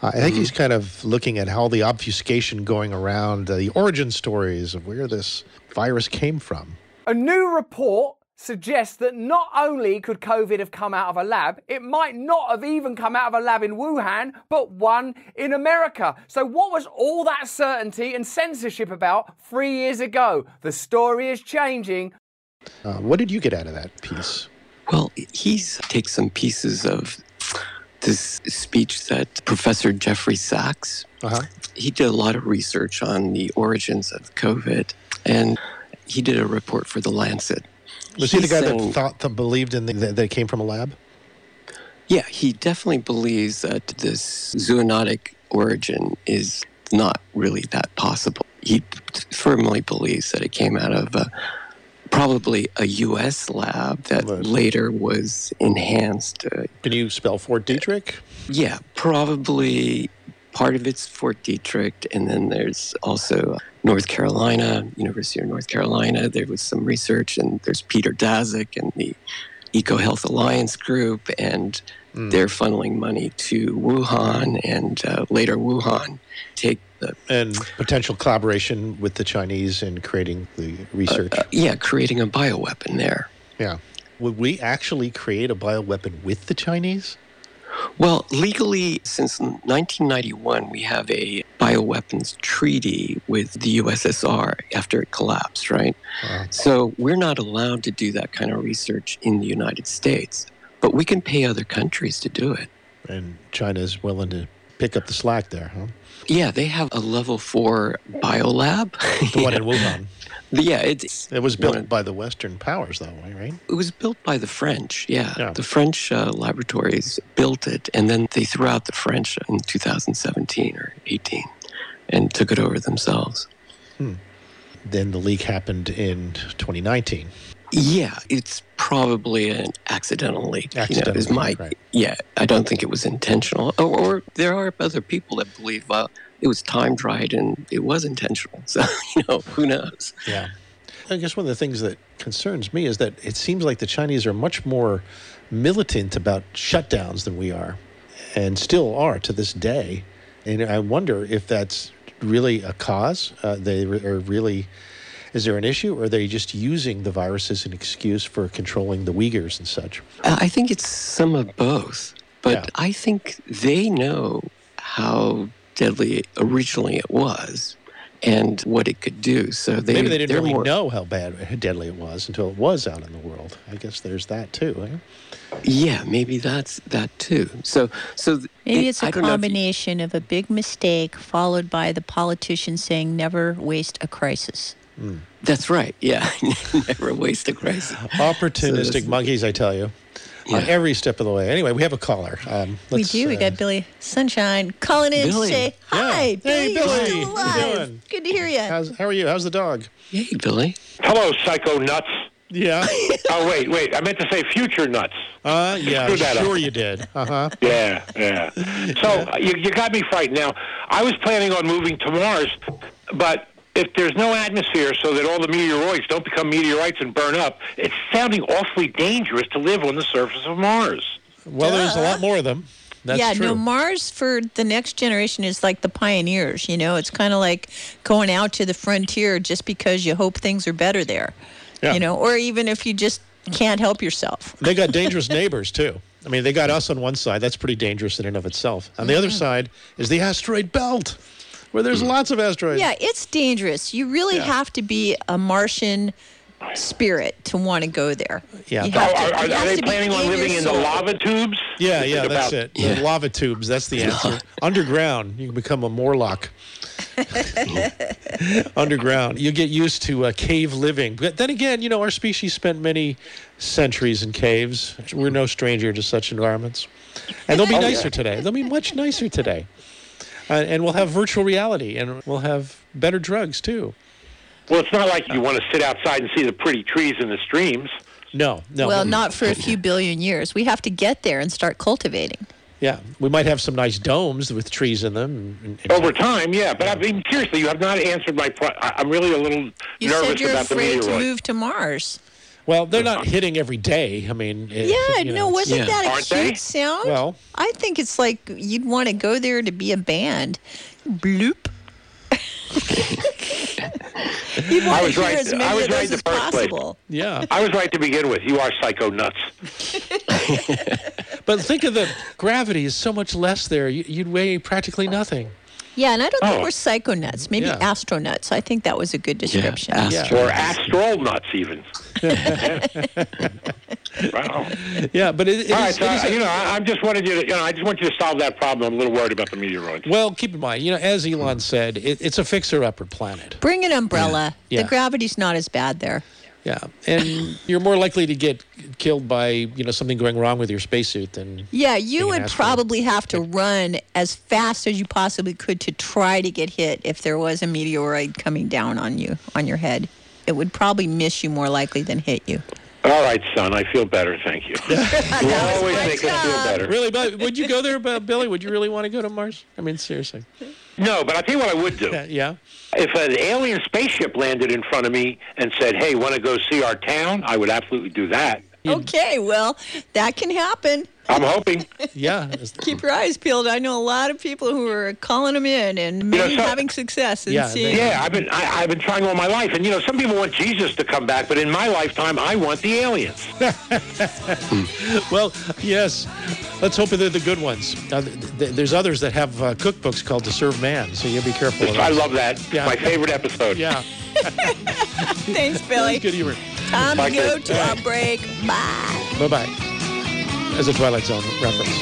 Uh, I think he's kind of looking at how the obfuscation going around uh, the origin stories of where this virus came from.
A new report suggests that not only could COVID have come out of a lab, it might not have even come out of a lab in Wuhan, but one in America. So, what was all that certainty and censorship about three years ago? The story is changing.
Uh, what did you get out of that piece?
Well, he's takes some pieces of this speech that Professor Jeffrey Sachs.
Uh-huh.
He did a lot of research on the origins of COVID, and he did a report for the Lancet.
Was he the
He's
guy that
saying-
thought that believed in the, that, that it came from a lab?
Yeah, he definitely believes that this zoonotic origin is not really that possible. He firmly believes that it came out of a, probably a U.S. lab that
Right.
later was enhanced. Uh,
Can you spell Fort Dietrich?
yeah, probably part of it's Fort Detrick, and then there's also North Carolina, University of North Carolina. There was some research, and there's Peter Daszak and the EcoHealth Alliance group, and
Mm.
they're funneling money to Wuhan, and uh, later Wuhan take the
And potential collaboration with the Chinese in creating the research.
Uh, yeah, creating a bioweapon there.
Yeah. Would we actually create a bioweapon with the Chinese?
Well, legally, since 1991, we have a bioweapons treaty with the USSR after it collapsed, right?
Wow.
So we're not allowed to do that kind of research in the United States, but we can pay other countries to do it.
And China is willing to pick up the slack there, huh?
Yeah, they have a level four biolab. [laughs]
The one in Wuhan.
yeah, it's
It was
One-
built by the Western powers, though, right?
It was built by the French, yeah.
Yeah.
The French uh, laboratories built it, and then they threw out the French in 2017 or 18 and took it over themselves.
Then the leak happened in 2019.
Yeah, it's probably an accidental leak.
Accidental
is my,
leak, right.
Yeah, I don't think it was intentional. Oh, Or, or there are other people that believe uh, it was time dried and it was intentional. [laughs] So, you know, who knows?
Yeah. I guess one of the things that concerns me is that it seems like the Chinese are much more militant about shutdowns than we are, and still are to this day. And I wonder if that's really a cause. Uh, they re- are really, is there an issue, or are they just using the virus as an excuse for controlling the Uyghurs and such?
Uh, I think it's some of both, but
Yeah.
I think they know how deadly originally it was and what it could do. So they,
Maybe they didn't
they're
really
more,
know how bad, how deadly it was until it was out in the world. I guess there's that too. eh?
Yeah, maybe that's that too. So, so th-
Maybe
it-
it's
I
a
don't know if you-
combination of a big mistake followed by the politician saying, never waste a crisis.
Hmm. That's right. Yeah, [laughs] never waste a crisis. So
Opportunistic
this-
monkeys, I tell you,
Yeah.
on every step of the way. Anyway, we have a caller. Um,
We
let's,
do. we
uh,
got Billy Sunshine calling in
Billy.
to say, hi,
Yeah.
Billy,
Hey,
you're
Billy.
still
How you doing?
alive. Good to hear you.
How's, how are you? How's the dog?
Hey, Billy.
Hello, psycho nuts.
Yeah.
[laughs] Oh wait, wait. I meant to say future nuts.
Uh, yeah.
Screw that up.
Sure, you did. Uh huh.
Yeah, yeah.
[laughs]
So you, you got me frightened. Now I was planning on moving to Mars, but if there's no atmosphere, so that all the meteoroids don't become meteorites and burn up, it's sounding awfully dangerous to live on the surface of Mars.
Well, there's a lot more of them. That's
yeah,
true.
no, Mars for the next generation is like the pioneers. You know, it's kind of like going out to the frontier just because you hope things are better there.
Yeah.
You know, or even if you just can't help yourself.
they
[laughs]
got dangerous neighbors too. I mean, they got us on one side. That's pretty dangerous in and of itself. On the other
Mm-hmm.
side is the asteroid belt,
Mm.
where there's lots of asteroids.
Yeah, it's dangerous. You really have to be a Martian spirit to want to go there.
Yeah.
You
Oh,
have
Are,
to-
are,
it
are
has
they
to be
planning on
in your
living in the
soul.
lava tubes?
Yeah,
Is
yeah,
about-
that's it.
Yeah.
The lava tubes, that's the answer. Underground, you can become
[laughs]
a Morlock. Underground, you get used to uh, cave living. But then again, you know, our species spent many centuries in caves. We're no stranger to such environments. And they'll be
Oh,
nicer today. They'll be much nicer today. Uh, and we'll have virtual reality and we'll have better drugs too.
Well, it's not like you want to sit outside and see the pretty trees and the streams.
No, no.
Well,
we-
not for a few billion years. We have to get there and start cultivating.
Yeah, we might have some nice domes with trees in them. and- and-
Over time, yeah. But I mean, seriously, you have not answered my. Pro- I- I'm really a little
You
nervous
said you're
about the
afraid to
meteoroid.
move to Mars.
Well, they're not hitting every day. I mean, it-
Yeah,
you
no, wasn't
Yeah.
that a
Aren't
cute
they?
sound?
Well-
I think it's like you'd want to go there to be a band. Bloop. [laughs] you'd want
I
to
was
hear
right-
as
I
many
was
of those
right the
as
first place.
possible.
yeah.
I was right to begin with. You are psycho nuts.
But think of the gravity is so much less there. You- You'd weigh practically nothing.
Yeah, and I don't think
Oh.
we're psychonuts, maybe
Yeah.
astronauts. I think that was a good
Yeah,
description.
astro-
Or astral nuts,
[laughs]
even.
[laughs]
Yeah. Wow.
Yeah, but it, it
All right,
is-
so
it is
I,
a-
you know, I, I'm just wanted you to, you know, I just want you to solve that problem. I'm a little worried about the meteoroids.
well, keep in mind, you know, as Elon said, it, it's a fixer-upper planet.
Bring an umbrella.
Yeah.
The gravity's not as bad there.
Yeah, and you're more likely to get killed by you know something going wrong with your spacesuit than
Yeah, you
an
would
astronaut.
probably have to run as fast as you possibly could to try to get hit if there was a meteoroid coming down on you, on your head. It would probably miss you more likely than hit you.
All right, son, I feel better. Thank you.
[laughs]
you always make us feel better.
really. But would you go there, but Billy? Would you really want to go to Mars? I mean, seriously.
No, but I'll tell you what I would do.
Yeah, [laughs] yeah.
If an alien spaceship landed in front of me and said, hey, want to go see our town? I would absolutely do that.
Okay, well, that can happen.
I'm hoping.
[laughs] yeah.
Keep your eyes peeled. I know a lot of people who are calling them in and maybe
so-
having success and
Yeah,
seeing.
Yeah, I've been I, I've been trying all my life, and you know, some people want Jesus to come back, but in my lifetime, I want the aliens.
[laughs] Well, yes. Let's hope they're the good ones. Now, th- th- there's others that have uh, cookbooks called "To Serve Man," so you be careful. of
I
those. [laughs]
love that. It's
Yeah.
My favorite episode.
Yeah,
Thanks,
that's
Billy. Um,
good humor.
Time to
Bye,
go
kid.
to our break. Bye.
Bye bye. As a Twilight Zone reference.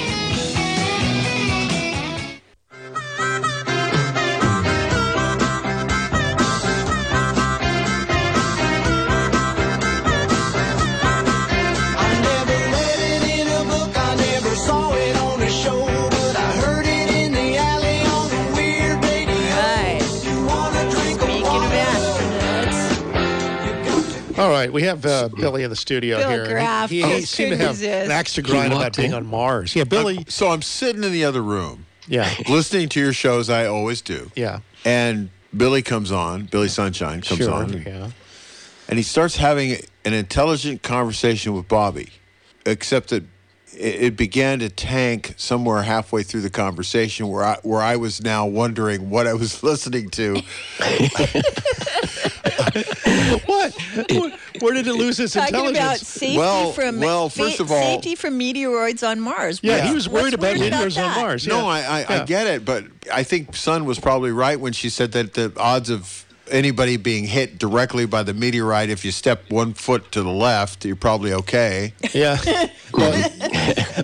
I never read it in a book, I never saw it on a show, but I heard it in the alley on the weird radio.
Right.
You wanna drink a
Speaking of
water?
astronauts,
All right, we have uh, Billy in the studio
Bill
here. and he-
Graff,
he
I
he seemed to
couldn't
have
resist.
an axe to grind about
walked
being
in.
on Mars. Yeah, Billy.
So I'm sitting in the other room,
yeah,
listening to your shows. I always do.
yeah,
And Billy comes on. Billy Sunshine comes
sure.
on,
Yeah.
and he starts having an intelligent conversation with Bobby, except that it, it began to tank somewhere halfway through the conversation, where I where I was now wondering what I was [laughs] listening to.
[laughs] What? Where- Where did it lose its
Talking about
intelligence?
safety
Well-
from
well, first of all-
safety from meteoroids on Mars.
yeah,
What's-
he was
what's
worried about meteors on
that?
Mars.
No,
yeah.
I I,
Yeah.
I get it, but I think Sun was probably right when she said that the odds of anybody being hit directly by the meteorite, if you step one foot to the left, you're probably okay. [laughs]
Yeah,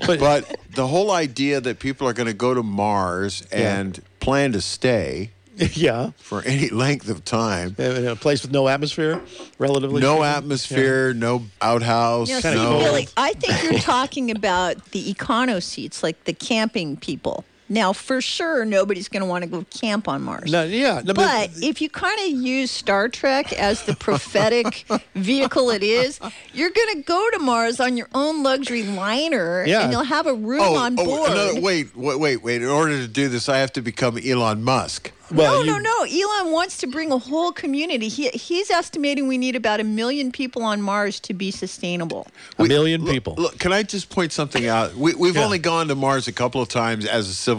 but the whole idea that people are going to go to Mars and plan to stay
[laughs] yeah.
for any length of time.
In a place with no atmosphere, relatively.
No
speaking.
atmosphere, no
Oh,
outhouse,
You know, see,
no.
Billy, I think you're talking about the econo seats, like the camping people. Now, for sure, nobody's going to want to go camp on Mars.
No, yeah, no,
But if you kind of use Star Trek as the
[laughs]
prophetic vehicle it is, you're going to go to Mars on your own luxury liner,
Yeah. Oh,
and they'll have a room on board.
Oh, another, wait, wait, wait, wait. In order to do this, I have to become Elon Musk.
well,
no,
you-
no, no. Elon wants to bring a whole community. He, he's estimating we need about a million people on Mars to be sustainable.
a million people.
Look, can I just point something out? We, we've
Yeah.
only gone to Mars a couple of times as a civilization,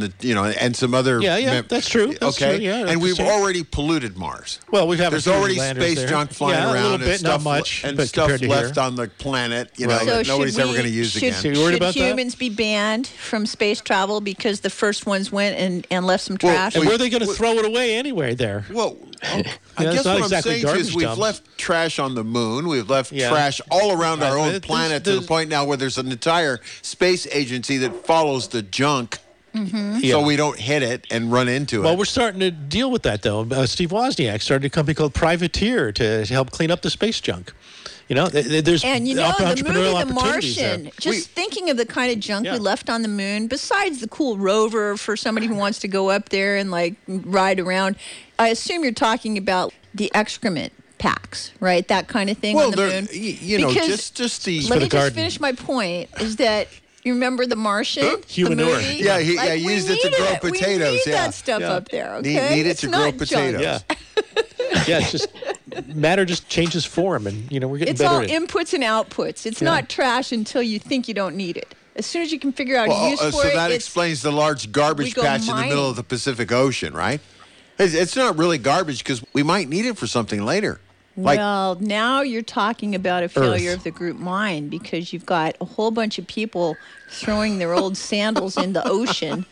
that you know, and some other.
Yeah, yeah, that's true, that's
okay,
true, yeah, that's
and we've
true.
already polluted Mars.
Well, we have a
There's
few
already
landers
space
there.
junk flying
Yeah, a
around
little
and
bit, not
stuff,
much,
and
but compared
stuff
to
left
here.
on the planet. You know,
So
Right.
that
should
nobody's ever
we-
going to use
should,
again.
So you worried
should
about that?
humans be banned from space travel because the first ones went and, and left some
Well,
trash?
and
we-
where are they going to throw it away anyway? There.
Well, I
Yeah, it's
guess
not
what
exactly
I'm saying to you
garbage
is we've
dumps.
left trash on the moon. We've left
Yeah.
trash all around our
Uh,
own
there's-
planet to
there's-
the point now where there's an entire space agency that follows the junk so
Mm-hmm. Yeah.
we don't hit it and run into
Well,
it.
we're starting to deal with that, though. Uh, Steve Wozniak started a company called Privateer to help clean up the space junk. You know, th- th- there's
And you know,
op-
the
entrepreneurial
movie The
opportunities there.
Martian, just thinking of the kind of junk
Yeah.
we left on the moon, besides the cool rover for somebody who wants to go up there and like ride around, I assume you're talking about the excrement packs, right? That kind of thing
Well,
on the
there-
moon.
y- you know,
Because-
just just the
Let me just finish my point is that. You remember the Martian?
Human
the
manure.
movie?
Yeah, he- yeah,
we
used it to
need
grow
We
potatoes,
need
yeah.
that stuff
Yeah.
up there.
Need-
Okay,
need it
It's
to
not
grow
junk.
potatoes.
Yeah. [laughs] yeah, it's just matter just changes form, and you know we're getting
It's
better.
all
at it.
inputs and outputs. It's
Yeah.
not trash until you think you don't need it. As soon as you can figure out
Well,
a use
uh,
for
so
it,
that
it's
explains the large garbage
go
patch in the middle
mining.
of the Pacific Ocean, right? It's, it's not really garbage because we might need it for something later. Like
well, now you're talking about a failure
Earth.
of the group mind because you've got a whole bunch of people throwing their
[laughs]
old sandals in the ocean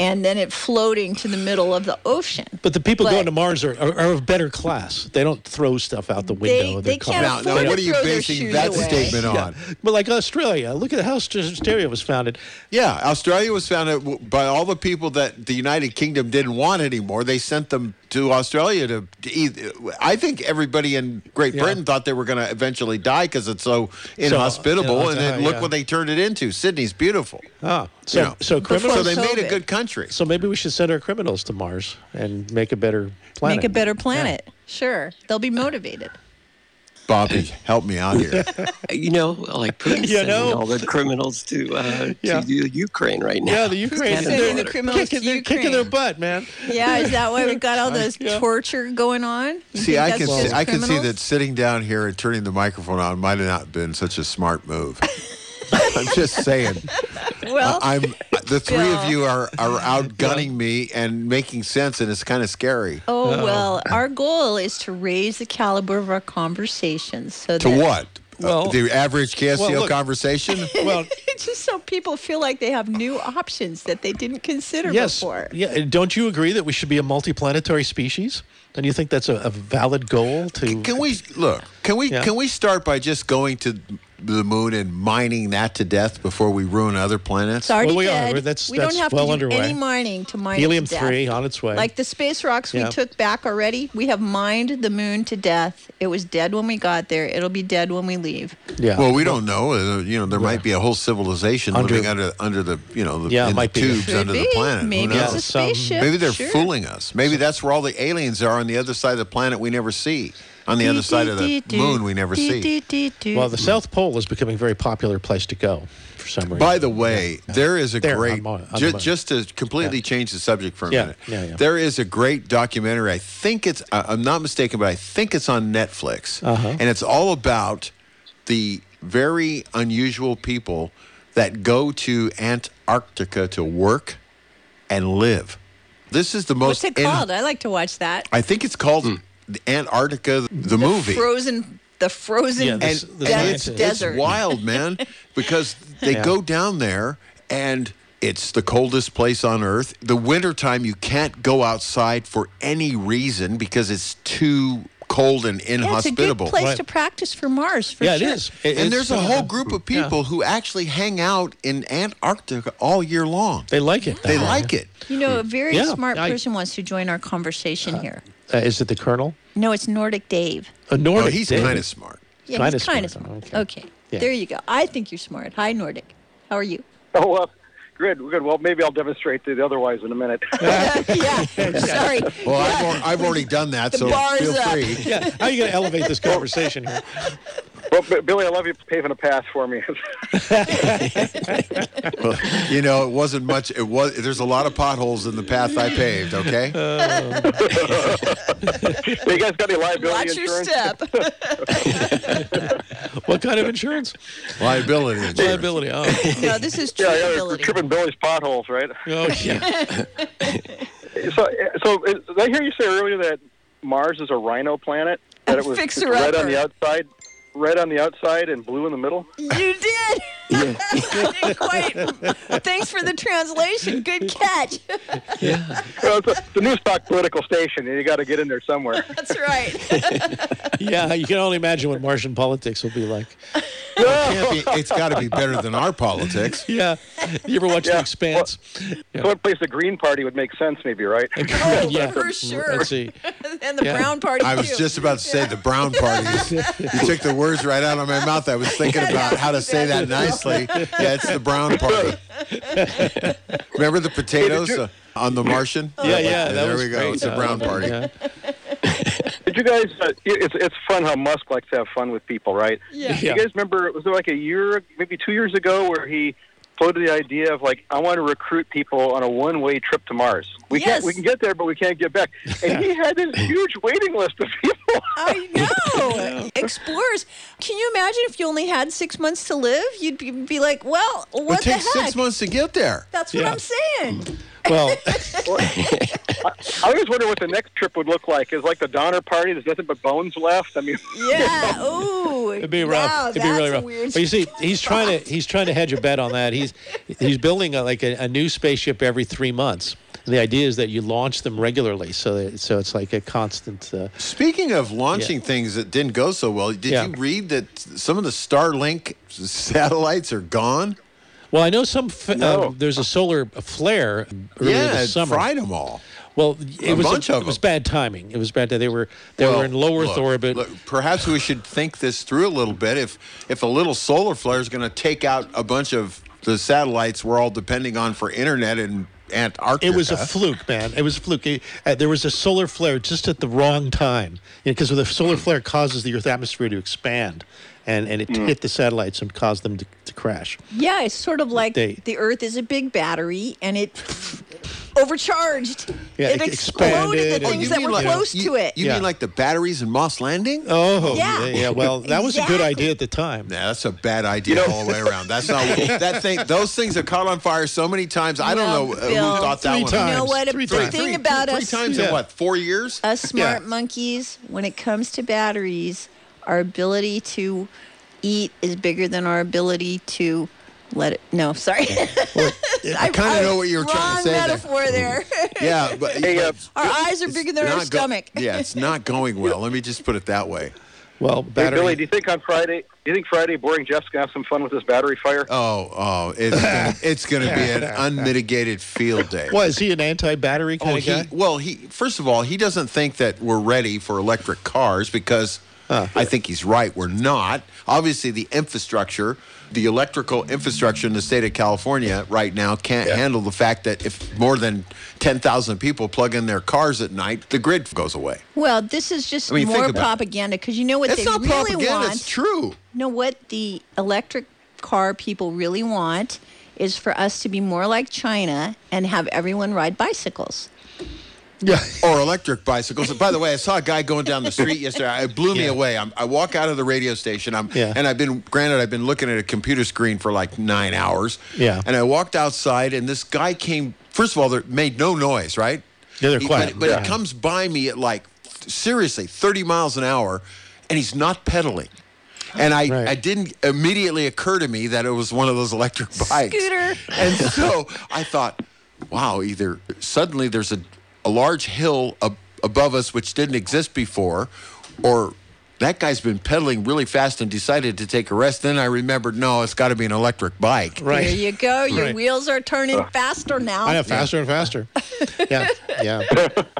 and then it floating to the middle of the ocean.
But the people
But-
going to Mars are, are, are of better class. They don't throw stuff out the window.
they
They're
can't
confident.
afford Now- now, to what are you throw their
basing shoes that away. statement on?
But like Australia, look at how Australia was founded.
Yeah, Australia was founded w- by all the people that the United Kingdom didn't want anymore. They sent them to Australia to. to eat- I think everybody in Great
Yeah.
Britain thought they were going to eventually die because it's so inhospitable.
yeah,
and then
yeah.
look what they turned it into. Sydney's beautiful.
Ah, so
You know,
so criminals.
So they made a good country.
So maybe we should send our criminals to Mars and make a better planet.
Make a better planet. Sure. They'll be motivated.
Bobby, help me out here.
[laughs] you know, like
[laughs]
Putin
You
sending
know?
all the criminals to uh,
Yeah.
to U- Ukraine right now.
Yeah, the
It's
Ukraine.
kind of
sending the
order.
criminals
kicking,
to
they're kicking their
Ukraine?
butt, man.
Yeah, is that
[laughs]
why we've got
[laughs]
all those
Yeah.
torture going on? You
See,
think
I
that's
can
just
see, I can see
criminals?
that sitting down here and turning the microphone on might have not been such a smart move. [laughs] I'm just saying.
Well,
I'm the three
Bill.
of you are
[laughs]
are outgunning me and making sense, and it's kind of scary.
Oh, well, our goal is to raise the caliber of our conversations. So
To
that,
what? Uh,
Well-
the average KSCO
Well, look-
conversation?
[laughs]
[laughs]
Well,
Just so people feel like they have new options that they didn't consider
yes.
before.
Yeah. and Don't you agree that we should be a multiplanetary species? And you think that's a, a valid goal to?
Can we look? Can we
Yeah.
can we start by just going to the moon and mining that to death before we ruin other planets?
It's already
Well, we are.
dead.
We're- that's-
we
that's
don't have
well
to do
underway.
any mining to mine it to
Helium
death.
three on its way.
Like the space rocks
Yeah.
we took back already, we have mined the moon to death. It was dead when we got there. It'll be dead when we leave.
yeah.
Well, we don't know. Uh, You know, there might be a whole civilization
Under-
living under under the you know the,
Yeah, it
in the
might be.
tubes
Could
under
be.
the planet. Who
Maybe it's
knows?
a
some-
spaceship.
Maybe they're
sure.
fooling us. Maybe that's where all the aliens are on the other side of the planet we never see, on the other side of the moon we never see.
Well, the
[laughs]
South Pole is becoming a very popular place to go for some reason.
By the way, there is a
There, on
great,
Mo- on the
ju-
moon.
just to completely change the subject for a
Yeah,
minute,
yeah, yeah.
there is a great documentary. I think it's, I- I'm not mistaken, but I think it's on Netflix.
Uh-huh.
And it's all about the very unusual people that go to Antarctica to work and live. This is the most.
What's it
in-
called? I like to watch that.
I think it's called
Hmm.
the Antarctica, the,
the
movie.
Frozen, the frozen
Yeah,
and
this- the
and it's,
science is-
it's
desert.
wild, man, because they
Yeah.
go down there and it's the coldest place on earth. The wintertime, you can't go outside for any reason because it's too cold and
Yeah, it's a good
inhospitable.
place
Right.
to practice for Mars. For
yeah,
sure.
it is. It-
and
it's-
there's a whole group of people who actually hang out in Antarctica all year long.
They like it. Oh,
They like it.
You know, a very
Yeah,
smart
I-
person wants to join our conversation here.
Uh, is it the Colonel?
No, it's Nordic Dave.
A
Oh,
Nordic.
he's
David.
kind of smart.
Yeah,
Kinda
he's kind of
smart.
smart. Okay,
Okay. Yeah.
there you go. I think you're smart. Hi, Nordic. How are you?
Oh, uh, good, good. Well, maybe I'll demonstrate the otherwise in a minute.
[laughs] yeah.
[laughs]
Sorry.
Well, I've, al- I've already done that, so
bar's
feel
up.
free.
Yeah. How are you going to elevate
[laughs]
this conversation here?
[laughs] well, B- Billy, I love you paving a path for
[laughs]
me.
[laughs] you know, it wasn't much. It was. There's a lot of potholes in the path I paved. Okay.
[laughs]
Uh,
you guys got any liability
Watch your
insurance?
step. [laughs]
What kind of insurance?
Liability. insurance.
Liability. Oh,
no, this is
Yeah, yeah, you're
treatability.
tripping Billy's potholes, right?
oh yeah.
[laughs] So, so is, did I hear you say earlier that Mars is a rhino planet? That it was
Fixer
red
upper.
on the outside, red on the outside, and blue in the middle.
you did.
Yeah.
Didn't
[laughs]
quite. [laughs] Thanks for the translation. Good catch. [laughs]
Yeah.
well, it's a, the Newstalk political station, and you got to get in there somewhere.
That's right. [laughs]
yeah, you can only imagine what Martian politics will
[laughs]
be like.
It can't be, it's got to be better than our politics.
[laughs] Yeah. You ever watch The Expanse?
So what place the Green Party would make sense, maybe, right?
Oh, [laughs] yeah.
for sure.
Let's see.
[laughs] and the
Yeah.
Brown Party.
I was
too.
just about to say
[laughs]
the brown party. You took the words right out of my mouth. I was thinking about how to
[laughs]
say that nicely. Yeah, it's the brown party. Remember the potatoes uh, on The Martian?
Yeah, yeah. That
there
was
we go.
great.
It's the
Uh,
brown party.
yeah.
[laughs] Did you guys? Uh, it- it's it's fun how Musk likes to have fun with people, right?
Yeah.
You guys remember? Was it like a year, maybe two years ago, where he floated the idea of like, I want to recruit people on a one-way trip to Mars. We
Yes.
can't, we can get there, but we can't get back. And he had this huge waiting list of
[laughs]
people.
I
[laughs]
[laughs]
know. Explorers. Can you imagine if you only had six months to live? You'd be, be like, well,
It
what the heck?
takes six months to get there.
That's what
Yeah.
I'm saying. [laughs]
Well,
I always wonder what the next trip would look like. Is like the Donner Party? There's nothing but bones left. I mean,
Yeah. Ooh.
it'd be rough.
Wow,
it'd be
that's
really
a
rough.
Weird
But you see,
[laughs]
he's trying to he's trying to hedge a bet on that. He's he's building a, like a, a new spaceship every three months. And the idea is that you launch them regularly, so that, so it's like a constant. Uh,
Speaking of launching things that didn't go so well, did
Yeah.
you read that some of the Starlink satellites are gone?
well, I know some. F-
No.
um, there's a solar flare earlier
yeah,
this
it
summer.
fried them all.
Well, it
A
was
bunch of
it was
them.
bad timing. It was bad that they were they
Well,
were in low Earth
look,
orbit.
look, perhaps we should think this through a little bit. If if a little solar flare is going to take out a bunch of the satellites we're all depending on for internet in Antarctica,
It was a fluke, man. It was a fluke. It- uh, there was a solar flare just at the wrong time because the solar flare causes the Earth's atmosphere to expand, and, and it
Hmm.
hit the satellites and caused them to, to crash.
Yeah, it's sort of like
They-
the Earth is a big battery and it overcharged.
Yeah,
it
it
exploded
expanded
the
and-
things
Oh, You
that
mean
were
like-
close
you-
to it.
You
Yeah.
mean like the batteries in Moss Landing?
Oh,
Yeah.
Well, that was a good
Exactly.
idea at the time.
Nah, that's a bad idea all the way around. That's not that thing. Those things have caught on fire so many times. I don't
Well,
know uh,
Bill,
who thought that
three
one.
You know
times,
what?
three
the
times.
thing
Three-
about
three
us,
times
Yeah.
in what four years?
us smart
Yeah.
monkeys, when it comes to batteries, our ability to eat is bigger than our ability to let it. No,
[laughs]
sorry.
I
[laughs]
kind of know what you were trying to say.
Wrong
there.
metaphor there.
[laughs] Yeah, but
Hey, uh,
[laughs] our eyes are
It's
bigger than our
not go-
stomach.
yeah, it's not going well. Let me just put it that way.
Well,
hey, Billy,
battery.
do you think on Friday? Do you think Friday, boring Jeff's gonna have some fun with this battery fire?
Oh, oh, it's gonna, it's going to be an unmitigated field day.
What is he an anti-battery kind
Oh,
of
he,
guy?
well, he first of all, he doesn't think that we're ready for electric cars because I think he's right. We're not. Obviously, the infrastructure, the electrical infrastructure in the state of California right now can't handle the fact that if more than ten thousand people plug in their cars at night, the grid goes away.
Well, this is just
I mean, think
more
about it.
propaganda because you know what they
It's not
really
propaganda.
want.
It's true.
You know what the electric car people really want is for us to be more like China and have everyone ride bicycles.
Yeah.
or electric bicycles. And by the way, I saw a guy going down the street yesterday. It blew me
Yeah.
away. I'm, I walk out of the radio station. I'm
Yeah.
and I've been granted I've been looking at a computer screen for like nine hours.
Yeah.
And I walked outside, and this guy came. First of all, they made no noise, right?
Yeah, they're
He-
quiet.
But, but
Yeah.
it comes by me at like seriously 30 miles an hour, and he's not pedaling. And I,
Right.
I didn't immediately occur to me that it was one of those electric bikes.
Scooter.
[laughs]
[laughs]
And so I thought, wow, either suddenly there's a, a large hill ab- above us which didn't exist before, or that guy's been pedaling really fast and decided to take a rest. Then I remembered, no, it's got to be an electric bike.
Right.
There you go. Your
Right.
wheels are turning faster now.
I know, faster and faster. Yeah, yeah.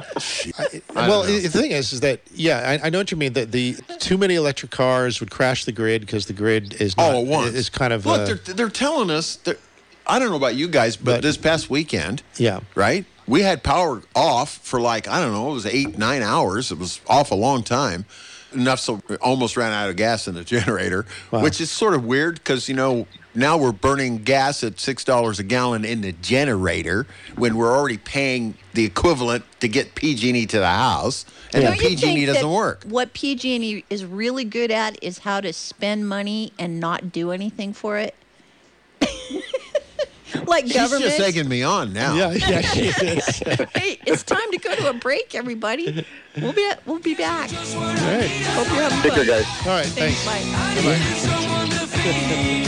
I-
I
well,
don't know.
i- the thing is, is that yeah, I, I know what you mean. That the too many electric cars would crash the grid because the grid is not,
All at once.
is kind of
Look,
uh,
they're, they're telling us, that- I don't know about you guys, but,
But-
this past weekend,
Yeah.
right? We had power off for like, I don't know, it was eight, nine hours. It was off a long time. Enough so we almost ran out of gas in the [laughs] generator,
Wow.
which is sort of weird because, you know, now we're burning gas at $6 a gallon in the generator when we're already paying the equivalent to get PG&E E to the house. And
Don't
the
you
PG&E
think
doesn't
that
work.
What PG&E E is really good at is how to spend money and not do anything for it. [laughs] like
She's
government.
just egging me on now.
yeah,
[laughs]
yeah, she is.
hey, it's time to go to a break, everybody. We'll be we'll be back.
Right.
Hope you're having
Take
fun.
care, guys.
All right, thanks.
Thanks. Bye.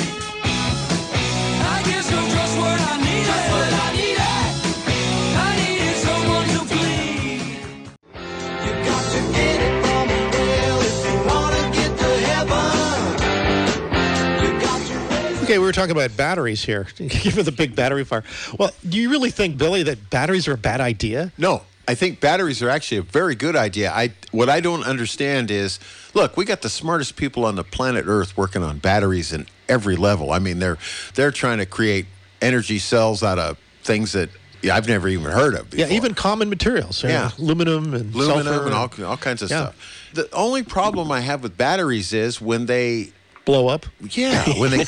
Okay, we were talking about batteries here. [laughs] Give me the big battery fire. Well, do you really think, Billy, that batteries are a bad idea?
No, I think batteries are actually a very good idea. I what I don't understand is, look, we got the smartest people on the planet Earth working on batteries in every level. I mean, they're they're trying to create energy cells out of things that yeah, I've never even heard of.
Yeah, even common materials. uh,
Yeah.
aluminum and
aluminum
sulfur
and all, all kinds of
Yeah.
stuff. The only problem I have with batteries is when they
blow up.
Yeah, when
[laughs]
they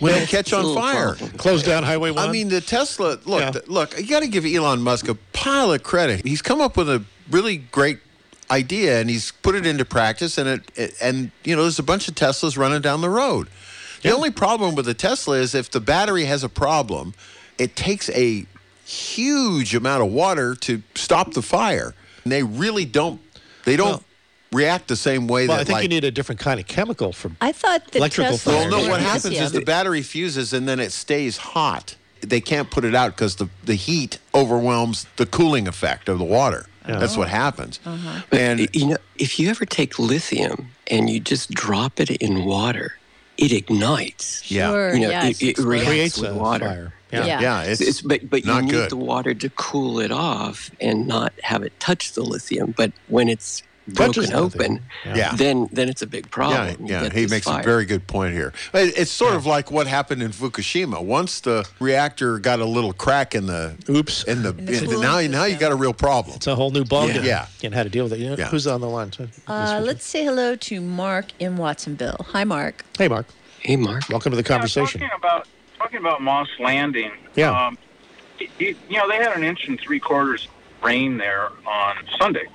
when they catch on
Little
fire,
problem. Close down Highway
I
one.
mean, the Tesla. Look, the- look, you got to give Elon Musk a pile of credit. He's come up with a really great idea, and he's put it into practice. And it, it and you know, there's a bunch of Teslas running down the road. The only problem with the Tesla is if the battery has a problem, it takes a huge amount of water to stop the fire. And they really don't. They don't react the same way
well,
that
I think
like,
you need a different kind of chemical for
I thought that
electrical
Tesla
Well, no,
was
what happens
lithium.
is the battery fuses and then it stays hot. They can't put it out because the, the heat overwhelms the cooling effect of the water. That's what happens.
But, you know, if you ever take lithium and you just drop it in water, it ignites.
Yeah. Sure,
you know,
yeah,
it-
it's
it, reacts
Creates
with
a
water.
fire. Yeah. Yeah. Yeah, it's
but but
not
you need
good.
the water to cool it off and not have it touch the lithium. But when it's broken
Touches the
open,
lithium. Yeah.
then then it's a big problem. You
Yeah, yeah.
get
he
this
makes
fire.
a very good point here. It- It's sort of like what happened in Fukushima. Once the reactor got a little crack in the
oops
in the, in
the cooling
now now you got a real problem. It's
a whole new
ball. Yeah,
ballgame.
yeah.
and how to deal with it. You know,
Yeah.
Who's on the line? So-
Uh, let's say hello to Mark in Watsonville. Hi, Mark.
Hey, Mark.
Hey, Mark.
Welcome to the conversation.
Talking about talking about Moss Landing.
Yeah.
Um, y- y- you know they had an inch and three quarters rain there on Sunday,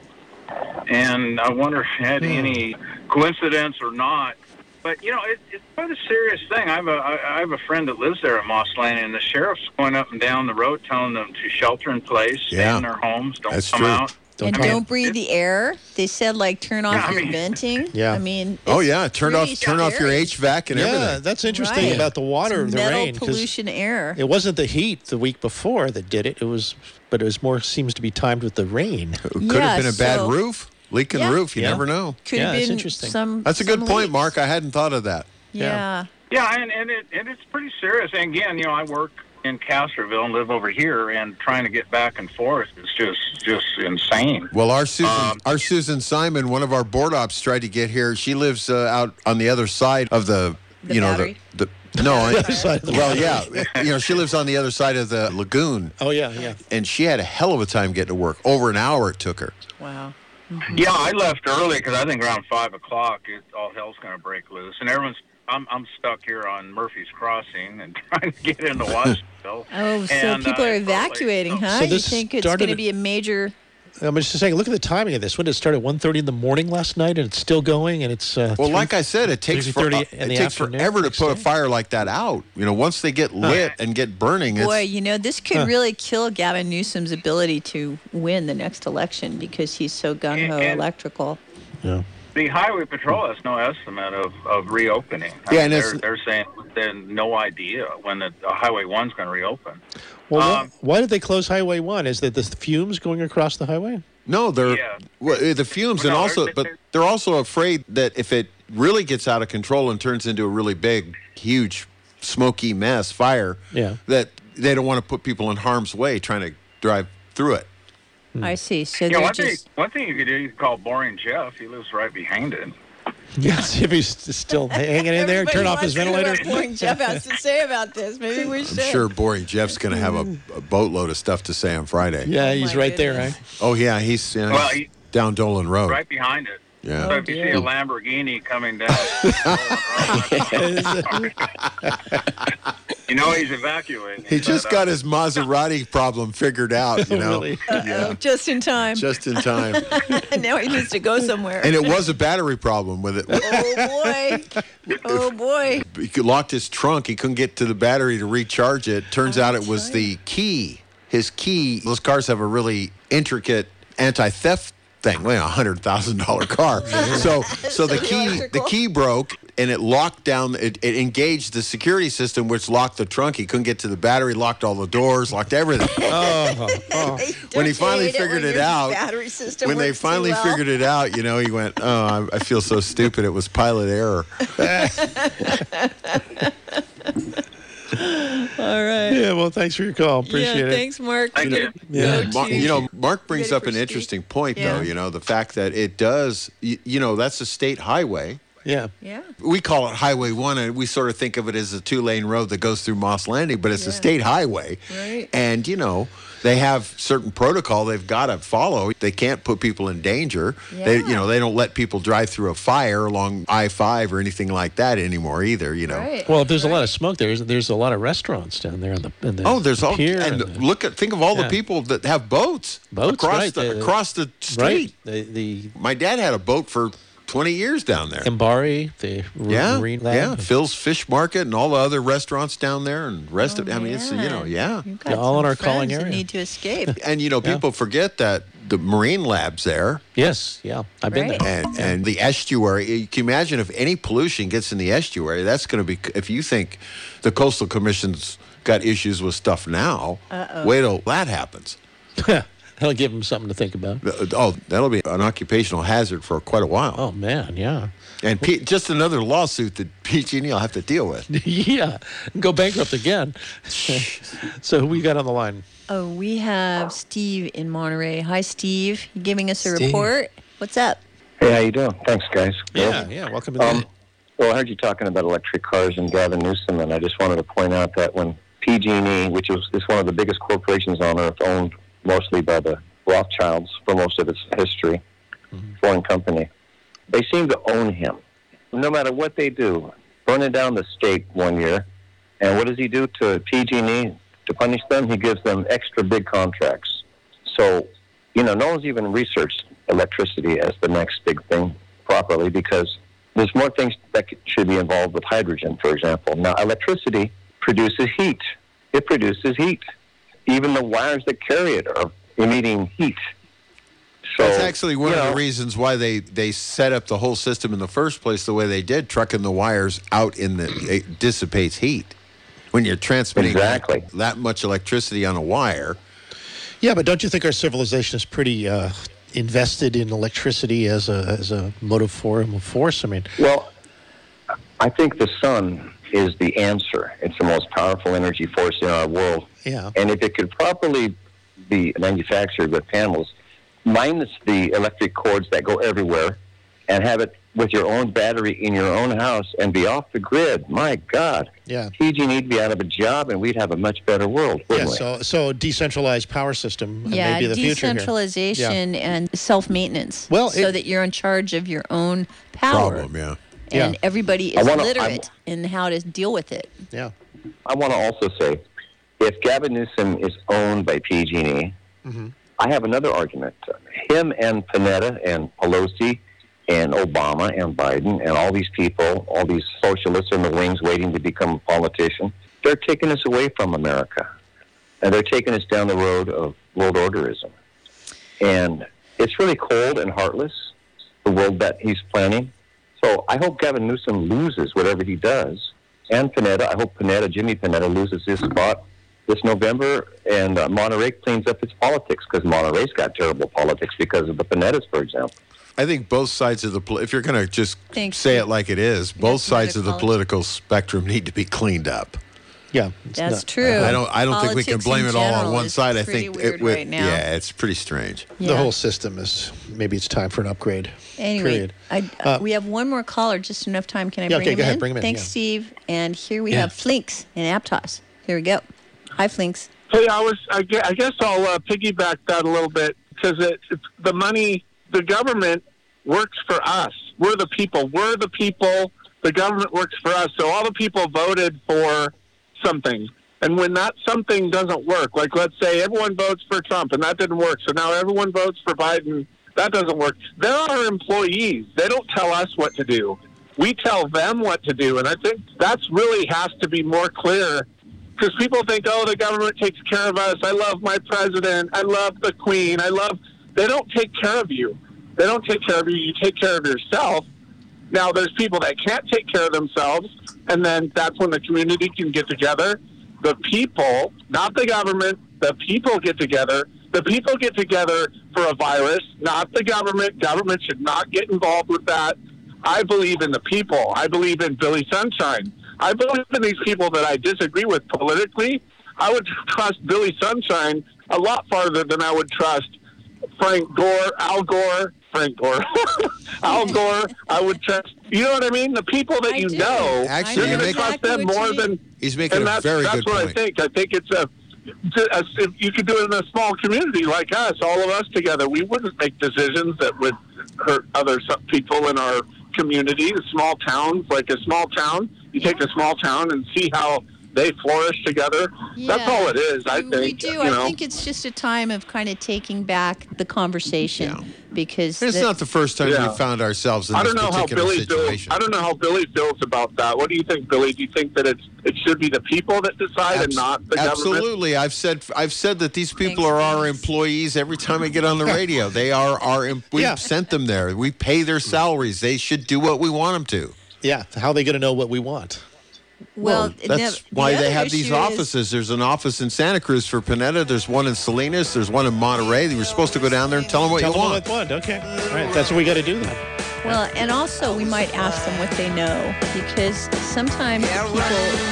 and I wonder if it had any coincidence or not. But you know it, it's quite a serious thing. I have a I, I have a friend that lives there at Moss Landing, and the sheriff's going up and down the road telling them to shelter in place, stay
Yeah.
in their homes, don't
That's
come
true.
out.
and don't breathe the air. They said like turn off
Yeah, I
your
mean-
venting.
Yeah.
I mean.
Oh
it's
yeah, turn off
pretty
turn off your
scary.
HVAC and
yeah,
everything.
that's interesting
Right.
about the water,
It's
the
metal
rain, 'cause
pollution air.
it wasn't the heat the week before that did it. It was, but it was more seems to be timed with the rain.
Could have been a bad roof, leaking
Yeah.
roof. You
Yeah.
never know.
Could have Yeah, it's been interesting. some-
That's a good
some
point,
leaks.
Mark. I hadn't thought of that.
Yeah.
Yeah, and and, it, and it's pretty serious. And again, you know, I work in Castroville and live over here, and trying to get back and forth is just just insane.
Well, our Susan, our Susan Simon, one of our board ops, tried to get here. She lives uh, out on the other side of the, you know,
battery?
the. the
[laughs]
no, I-
other side of the
well,
battery.
yeah, you know, she lives on the other side of the lagoon,
Oh yeah, yeah.
and she had a hell of a time getting to work. Over an hour it took her.
Wow.
Mm-hmm.
Yeah, I left early because I think around five o'clock, it, all hell's going to break loose, and everyone's. I'm I'm stuck here on Murphy's Crossing and [laughs] trying to get
[laughs]
into Washington.
Oh, so
And,
people
uh,
are evacuating, huh?
Oh. So
you
this
think it's
started
going to
at-
be a major?
I'm just saying, look at the timing of this. When did it start at 1.30 in the morning last night, and it's still going, and it's uh,
Well,
three-
like I said, it takes for, uh,
3:30
it
in the
takes
afternoon
forever to
next
put a
day.
fire like that out. You know, once they get lit and get burning, it's,
Boy, you know this could
Huh.
really kill Gavin Newsom's ability to win the next election because he's so gung ho electrical.
The Highway Patrol has no estimate of, of reopening. I
Yeah,
mean,
and it's-
they're, they're saying they're no idea when the uh, Highway One's going to reopen.
Well, why-
um,
why did they close Highway One? Is that the fumes going across the highway? [laughs]
No, they're well, uh, the fumes, and also, but they're also afraid that if it really gets out of control and turns into a really big, huge, smoky mess fire,
Yeah.
that they don't want to put people in harm's way trying to drive through it. Hmm.
I see. So
yeah,
they're
one,
just
thing, one thing you could do, you could call Boring Jeff. He lives right behind it.
[laughs] Yes, if he's st- still hanging in there, turn off his ventilator. [laughs]
Jeff has to say about this. Maybe we
I'm
should.
sure boring Jeff's going to have a, a boatload of stuff to say on Friday.
Yeah, he's right there, right?
Oh yeah, he's, yeah,
Well,
he's
he-
down Dolan Road.
Right behind it.
Yeah.
So if you see a Lamborghini coming down,
[laughs]
[laughs] you know he's evacuating.
[laughs] He just
But, uh,
got his Maserati problem figured out. You know,
Uh-oh, Oh, just in time.
Just in time.
[laughs] now he needs to go somewhere.
and it was a battery problem with it.
oh boy. Oh
[laughs]
boy.
he could- locked his trunk. He couldn't get to the battery to recharge it. Turns out it was the key. His key. Those cars have a really intricate [laughs] anti-theft thing. Well, a hundred thousand dollar car. so, so the key, the key broke, and it locked down, it, it engaged the security system, which locked the trunk. He couldn't get to the battery, locked all the doors, locked everything.
[laughs]
When he finally figured it, out,
battery system
when they
works too
finally
well.
figured it out, you know, he went, "Oh, I, I feel so stupid. It was pilot
[laughs]
error." [laughs]
All right.
Yeah, well, thanks for your call.
Appreciate Yeah, it. thanks, Mark. Thank you.
Yeah,
Go
Mar-
to-
you know, Mark brings
Ready
up
for
an
speed?
interesting point,
Yeah.
though. You know, the fact that it does, you, you know, that's a state highway.
Yeah.
Yeah.
We call it Highway One, and we sort of think of it as a two lane road that goes through Moss Landing, but it's a state highway.
Right.
And, you know, they have certain protocol they've got to follow. They can't put people in danger. They, you know, they don't let people drive through a fire along I 5 or anything like that anymore either, you know.
Well, if there's a lot of smoke there, there's a lot of restaurants down there on the, in the
Oh, there's all
pier
and
the-
look at think of all
Yeah.
the people that have boats,
Boats,
across
right,
the,
the-
across the street.
right,
My dad had a boat for 20 years down there.
Mbari, the r-
yeah,
marine lab.
yeah, Phil's Fish Market and all the other restaurants down there and rest of. I mean, it's you know, yeah,
Got some friends that Need to
[laughs]
escape.
And you know, people forget that the marine labs there.
Yes, yeah, I've
been Right. there.
And, and the estuary. You can imagine if any pollution gets in the estuary, that's going to be. If you think the coastal commission's got issues with stuff now,
Uh-oh.
wait till that happens.
[laughs] That'll give them something to think about.
Th- Oh, that'll be an occupational hazard for quite a while. Oh
man, yeah.
And P- just another lawsuit that [laughs] PG&E will have to deal with.
[laughs] yeah, go bankrupt again. [laughs] so who we got on the line?
Oh, we have Steve in Monterey. Hi, Steve. You giving us a
Steve.
report? What's up?
Hey, how you doing? Thanks, guys.
Yeah, yeah. Welcome to the.
Um, well, I heard you talking about electric cars and Gavin Newsom, and I just wanted to point out that when PG&E, E, which is, is one of the biggest corporations on earth, owned mostly by the Rothschilds for most of its history,
Mm-hmm.
foreign company, they seem to own him. No matter what they do, burning down the state one year, and what does he do to PG&E E? to punish them? He gives them extra big contracts. So, you know, no one's even researched electricity as the next big thing properly because there's more things that could- should be involved with hydrogen, for example. Now, electricity produces heat. It produces heat. Even the wires that carry it are emitting heat. So
That's actually one
you
of
know,
the reasons why they, they set up the whole system in the first place the way they did, trucking the wires out in the it dissipates heat. When you're transmitting exactly. that, much electricity on a wire,
Yeah, but don't you think our civilization is pretty uh, invested in electricity as a as a motive forum of force? I mean,
Well, I think the sun is the answer. It's the most powerful energy force in our world.
yeah,
And if it could properly be manufactured with panels, minus the electric cords that go everywhere, and have it with your own battery in your own house and be off the grid, my God,
yeah.
PG&E'd be out of a job and we'd have a much better world,
Yeah,
wouldn't we?
so so decentralized power system uh,
Yeah,
may be the future here.
decentralization and self maintenance.
Well,
so
it-
that you're in charge of your own power.
yeah.
And
Yeah.
everybody
I
is
wanna- I-
literate in how to deal with it.
Yeah.
I want to also say, if Gavin Newsom is owned by PG&E, E, I have another argument. Him and Panetta and Pelosi and Obama and Biden and all these people, all these socialists in the wings waiting to become a politician, they're taking us away from America, and they're taking us down the road of world orderism. And it's really cold and heartless the world that he's planning. So I hope Gavin Newsom loses whatever he does. And Panetta, I hope Panetta, Jimmy Panetta, loses his spot this November, and uh, Monterey cleans up its politics because Monterey's got terrible politics because of the Panettas, for example.
I think both sides of the pol- if you're going to just
Thanks.
say it like it is, both sides of the
political-
political spectrum need to be cleaned up.
Yeah,
That's not- true.
I don't. I don't think we can
Politics
blame
in
it all on
general
one
is
side. I
pretty
think
weird
would-
right now.
Yeah, it's pretty strange.
Yeah.
The whole system is maybe it's time for an upgrade.
Anyway,
period.
I,
Uh,
we have one more caller, just enough time. Can I
Yeah,
bring
okay,
him
go
in?
ahead, bring him in,
Thanks,
yeah.
Steve. And here we
Yeah.
have Flinks in Aptos. Here we go. Hi, Flinks.
Hey, I was. I gue- I guess I'll uh, piggyback that a little bit because it, it's the money, the government works for us. We're the people. We're the people. The government works for us. So all the people voted for something, and when that something doesn't work, like let's say everyone votes for Trump and that didn't work, so now everyone votes for Biden. That doesn't work. They're our employees. They don't tell us what to do. We tell them what to do, and I think that's really has to be more clear because people think, oh, the government takes care of us. I love my president. I love the queen. I love. They don't take care of you. They don't take care of you. You take care of yourself. Now, there's people that can't take care of themselves, and then that's when the community can get together. The people, not the government, the people get together. The people get together for a virus, not the government. Government should not get involved with that. I believe in the people. I believe in Billy Sunshine. I believe in these people that I disagree with politically. I would [laughs] trust Billy Sunshine a lot farther than I would trust Frank Gore, Al Gore, Frank Gore, [laughs]
[laughs]
Al Gore. I would trust. You know what I mean? The people that you know, you're
Actually, you're
going to
making-
trust them
Exactly what
more
you
than.
mean. He's making
and
a
that's,
very
that's
good
what
point.
I think. I think it's a. to- us- If you could do it in a small community like us, all of us together, we wouldn't make decisions that would hurt other so- people in our community. The small towns, like a small town, you take a small town and see how they flourish together. That's
Yeah.
all it is. I think.
We do.
You
I
know?
think it's just a time of kind of taking back the conversation because
It's
the-
not the first time
Yeah.
we found ourselves in
I
this
don't know how
particular
Billy feels.
situation.
I don't know how Billy feels about that. What do you think, Billy? Do you think that it's it should be the people that decide and not the government?
Absolutely, I've said I've said that these people are our employees. Every time I get
[laughs]
on the radio, they are our. Em- we have sent them there. We pay their salaries. They should do what we want them to.
Yeah. How are they going to know what we want?
well,
That's
the- the
why they
other
have these
issue is-
offices. There's an office in Santa Cruz for Panetta. There's one in Salinas. There's one in Monterey. You were supposed to go down there and tell them what
Tell
you
them
want.
what they want. Okay. All right. That's what we got to do then.
Well, and also we might ask them what they know because sometimes people who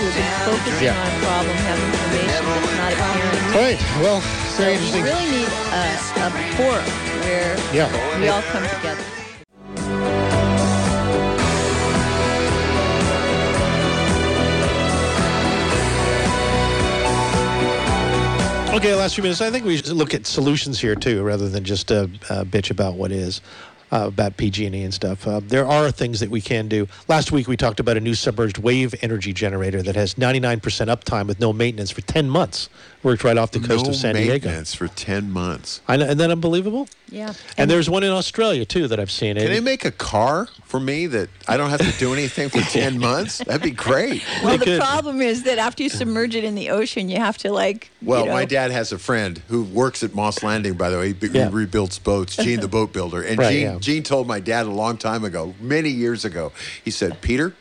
have been focusing
Yeah.
on a problem have information that's not apparent.
All right. Well,
So
very
we
interesting.
really need a, a forum where
Yeah.
we all come together.
Okay, last few minutes. I think we should look at solutions here too, rather than just uh, uh, bitch about what is uh, about PG&E and stuff. Uh, there are things that we can do. Last week we talked about a new submerged wave energy generator that has 99% uptime with no maintenance for 10 months. Worked right off the coast
no
of San Diego.
maintenance for ten months.
I know, isn't that unbelievable?
Yeah.
And there's one in Australia too that I've seen.
Can they make a car for me that I don't have to do anything
[laughs]
for ten months? That'd be great.
Well, the problem is that after you submerge it in the ocean, you have to like.
Well,
you know,
my dad has a friend who works at Moss Landing, by the way. He, b- he rebuilds boats,
[laughs]
Gene the boat builder. And
Right,
Gene,
yeah.
Gene told my dad a long time ago, many years ago, he said, Peter,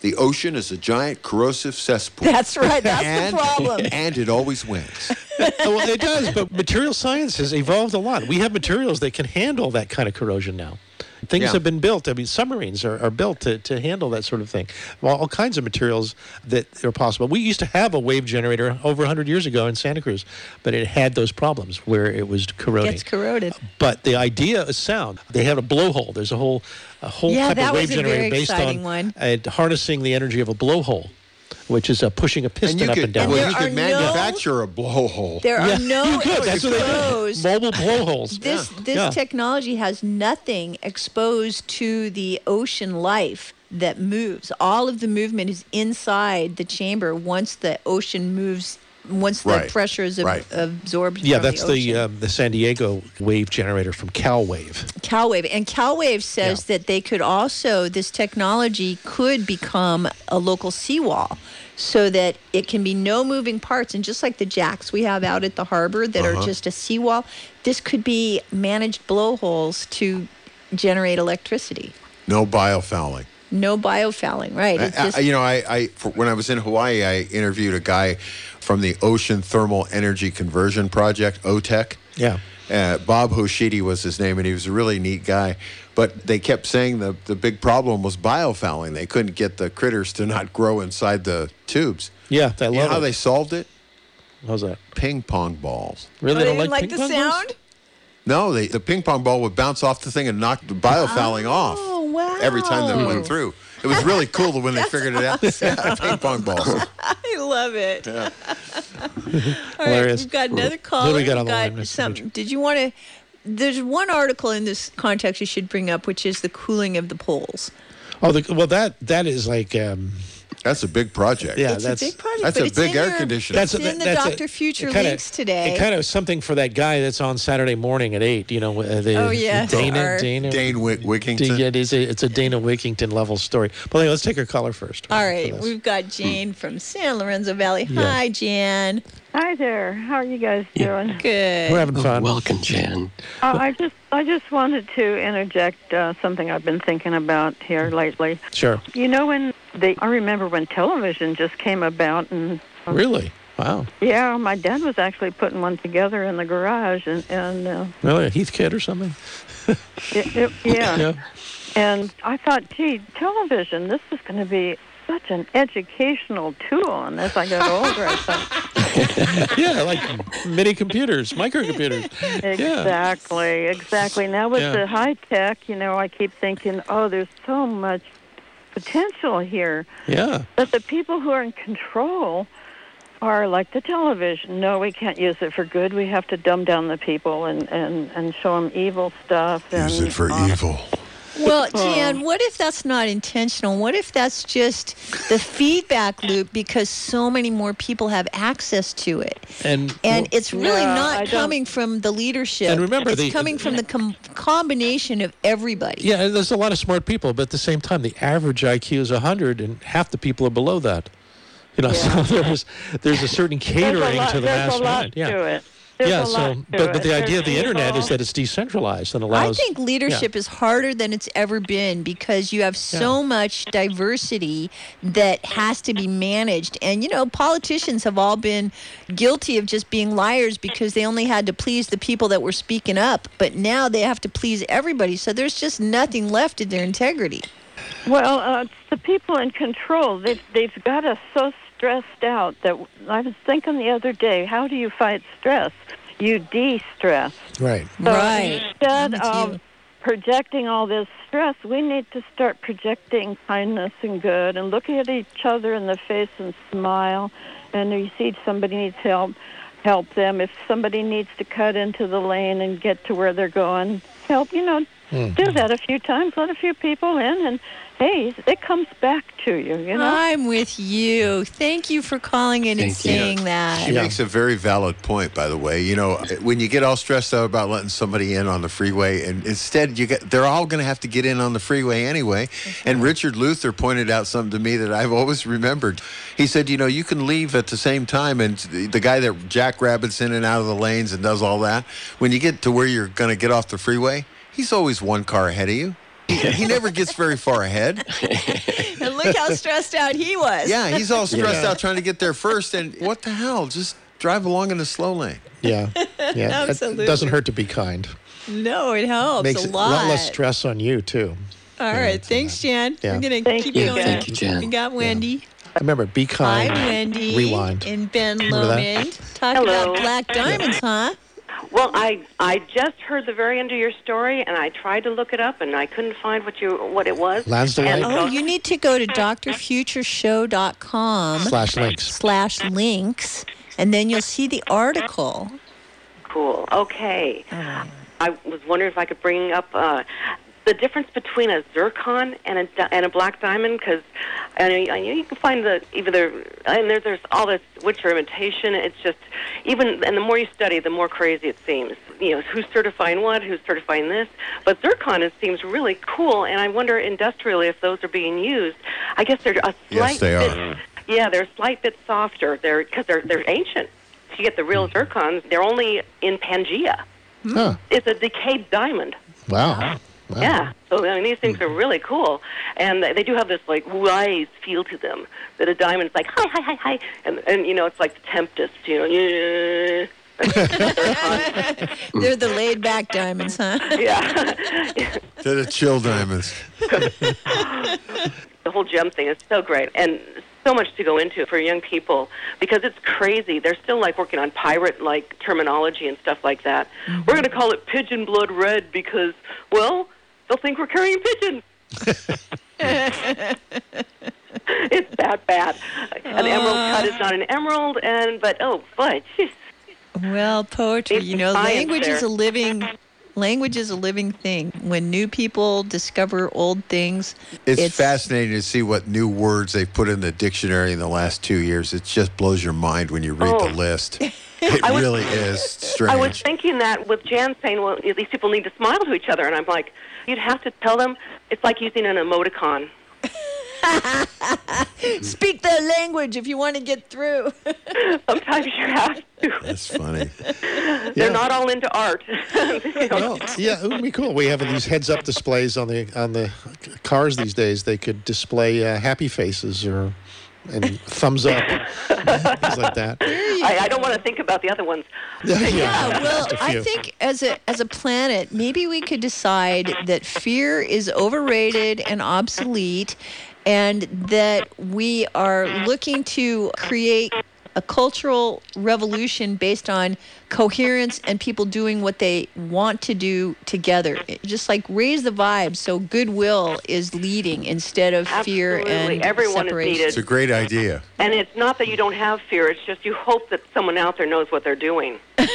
the ocean is a giant corrosive cesspool.
That's right. That's the
and,
problem.
[laughs] And it always wins.
[laughs] well, it does, but material science has evolved a lot. We have materials that can handle that kind of corrosion now. Things
Yeah.
have been built. I mean, submarines are, are built to, to handle that sort of thing. All, all kinds of materials that are possible. We used to have a wave generator over 100 years ago in Santa Cruz, but it had those problems where it was corroding.
Gets corroded.
But the idea of sound, they have a blowhole. There's a whole, a whole
Yeah,
type
that
of wave
was a
generator
very
based
exciting
on
one.
uh, harnessing the energy of a blowhole, which is uh, pushing a piston
you
up
could-
and down.
well, And you there could are no-
manufacture
a blowhole.
There are no
you could. That's what they do.
exposed-
Mobile blowholes.
This
Yeah.
this
Yeah.
technology has nothing exposed to the ocean life that moves. All of the movement is inside the chamber once the ocean moves once the
Right.
pressure is ab-
Right.
absorbed.
Yeah,
from
that's
the,
the um, the San Diego wave generator from CalWave.
CalWave. And CalWave says that they could also, this technology could become a local seawall so that it can be no moving parts. And just like the jacks we have out at the harbor that
Uh-huh.
are just a seawall, this could be managed blowholes to generate electricity.
No biofouling.
No biofouling, right? It's
I- I-
just,
you know, I, I for, when I was in Hawaii, I interviewed a guy from the Ocean Thermal Energy Conversion Project, OTEC.
Yeah.
Uh, Bob Hoshidi was his name, and he was a really neat guy. But they kept saying the, the big problem was biofouling. They couldn't get the critters to not grow inside the tubes.
Yeah, I love
you know how
it.
they solved it?
How's that?
Ping pong balls.
Really
Oh, they didn't like, the sound?
No, they, the ping pong ball would bounce off the thing and knock the biofouling off
Oh, wow.
every time that it went through. It was really cool when they figured it out. [laughs] Yeah, ping pong balls.
I love it. [laughs]
Yeah.
All right,
Hilarious.
we've got another
Who do
caller.
we got
We've
on the line, Mr.
some- Did you want to? There's one article in this context you should bring up, which is the cooling of the poles.
Oh, the, well that that is like um,
That's a big project.
Yeah,
that's
that's
big project,
That's
but
a
it's
big
in
air
your-
conditioner.
it's in the Dr. Future
kinda-
links today.
It kind of something for that guy that's on Saturday morning at eight. You know, uh, the
Oh, yes,
Dana
or-
Dana
Dane Wick- Wickington.
Yeah, it is a, it's a Dana Wickington level story. But anyway, let's take her caller first.
All right, we've got
Hmm.
Jane from San Lorenzo Valley.
Yeah.
Hi, Jan. Hi there. How are you guys doing? Good.
We're having fun.
Welcome, Jan.
Uh, I just I just wanted to interject uh, something I've been thinking about here lately.
Sure.
You know when the I remember when television just came about and um,
Really? Wow.
yeah, my dad was actually putting one together in the garage and and uh,
Really? A Heath Kid Oh, or something?
it, it, yeah. And I thought, gee, television, this is going to be such an educational tool. And as I got older, I
[laughs]
thought,
yeah, like mini computers, microcomputers.
exactly, exactly. Now with
Yeah.
the high tech, you know, I keep thinking, oh, there's so much potential here.
Yeah.
But the people who are in control are like the television. No, we can't use it for good. We have to dumb down the people and, and, and show them evil stuff. And,
Use it for evil.
Well,
Oh.
Jan, what if that's not intentional? What if that's just the feedback loop because so many more people have access to it?
And
And it's really
Yeah, I
not
don't-
coming from the leadership.
And remember
it's
the-
coming from the com- combination of everybody.
yeah, and there's a lot of smart people, but at the same time, the average IQ is 100, and half the people are below that. You know, so [laughs] there's there's a certain catering
there's a lot,
to the
there's
mass
a lot
mind. Yeah.
to it. There's
yeah.
a
So,
lot to
but, but
it.
the
There's
idea of the internet
evil.
is that it's decentralized and
I
allows.
think leadership is harder than it's ever been because you have so much diversity that has to be managed. And, you know, politicians have all been guilty of just being liars because they only had to please the people that were speaking up. But now they have to please everybody. So there's just nothing left in their integrity.
Well, uh, it's the people in control. They've, they've got us so stressed out that I was thinking the other day, how do you fight stress? You de stress.
Right.
So instead of projecting all this stress, we need to start projecting kindness and good and look at each other in the face and smile. And if you see somebody needs help, help them. If somebody needs to cut into the lane and get to where they're going, help. You know,
Mm-hmm.
Hmm.
do that a few times, let a few people in, and hey, it comes back to you, you know?
I'm with you. Thank you for calling in and
Thank you.
saying that.
She makes a very valid point, by the way. You know, when you get all stressed out about letting somebody in on the freeway, and instead you get, they're all going to have to get in on the freeway anyway. And Richard Luther pointed out something to me that I've always remembered. He said, you know, you can leave at the same time, and the the guy that jackrabbits in and out of the lanes and does all that, when you get to where you're going to get off the freeway, he's always one car ahead of you. he never gets very far ahead.
[laughs] and look how stressed out he was.
Yeah,
[laughs]
he's
[laughs]
all stressed out trying to get there first, and what the hell? Just drive along in the slow lane.
[laughs]
Yeah. Yeah. It
Absolutely.
doesn't hurt to be kind.
No, it helps
Makes
a
it
lot.
lot less stress on you too.
All right. Thanks, Jan.
Yeah.
We're going to
Thank
keep
you,
going.
Thank you, Jan.
We got Wendy.
Remember, be
Hi,
kind.
Wendy.
Rewind.
And Ben
Remember that?
Lomond. Talk
Hello. [laughs]
about black diamonds, huh?
Well, I I just heard the very end of your story, and I tried to look it up, and I couldn't find what you what it was. And so-
Oh, you need to go to drfutureshow.com
Slash links.
slash links, and then you'll see the article.
Cool. Okay. I was wondering if I could bring up uh, the difference between a zircon and a di- and a black diamond because I know, I know you can find the even there and there, there's all this witcher imitation. It's just even and the more you study, the more crazy it seems. You know who's certifying what, who's certifying this. But zircon it seems really cool, and I wonder industrially if those are being used. I guess they're a slight
Yes, they
bit
are.
yeah, they're a slight bit softer. They're because they're they're ancient. If you get the real zircons, they're only in Pangea.
Huh.
It's a decayed diamond.
Wow. Wow.
Yeah. So I mean, these things are really cool, and they they do have this like wise feel to them. That a diamond's like hi hi hi hi, and and you know it's like the Tempest, you know. Yeah.
Mm.
They're the laid back diamonds, huh?
[laughs] Yeah.
To the chill diamonds.
the whole gem thing is so great and so much to go into for young people because it's crazy. They're still like working on pirate like terminology and stuff like that.
Mm-hmm.
We're going to call it pigeon blood red because, well, they'll think we're carrying
[laughs]
pigeons. it's that bad. An emerald cut
Uh.
is not an emerald, and but [laughs] oh, fudge.
Well, poetry, you know,
science
language is
there.
a living language is a living thing. When new people discover old things,
It's, fascinating to see what new words they've put in the dictionary in the last two years. It just blows your mind when you read
Oh.
the list. It
[laughs] I was-
really is strange.
I was thinking that with Jan saying, well, these people need to smile to each other. And I'm like, you'd have to tell them it's like using an emoticon.
[laughs] Speak their language if you want to get through.
Sometimes you have to.
That's funny.
[laughs] They're not all into
[laughs]
art.
yeah, it would be cool. We have these heads-up displays on the on the cars these days. They could display uh, happy faces or and thumbs up, things like that.
[laughs] I, I don't want to think about the other ones.
Yeah, [laughs]
yeah, well,
just a
I
few.
think as a as a planet, maybe we could decide that fear is overrated and obsolete, and that we are looking to create a cultural revolution based on coherence and people doing what they want to do together. It- Just like raise the vibe, so goodwill is leading instead of fear
Absolutely.
and
Everyone is
separation.
needed.
It's a great idea.
And it's not that you don't have fear, it's just you hope that someone out there knows what they're doing.
[laughs]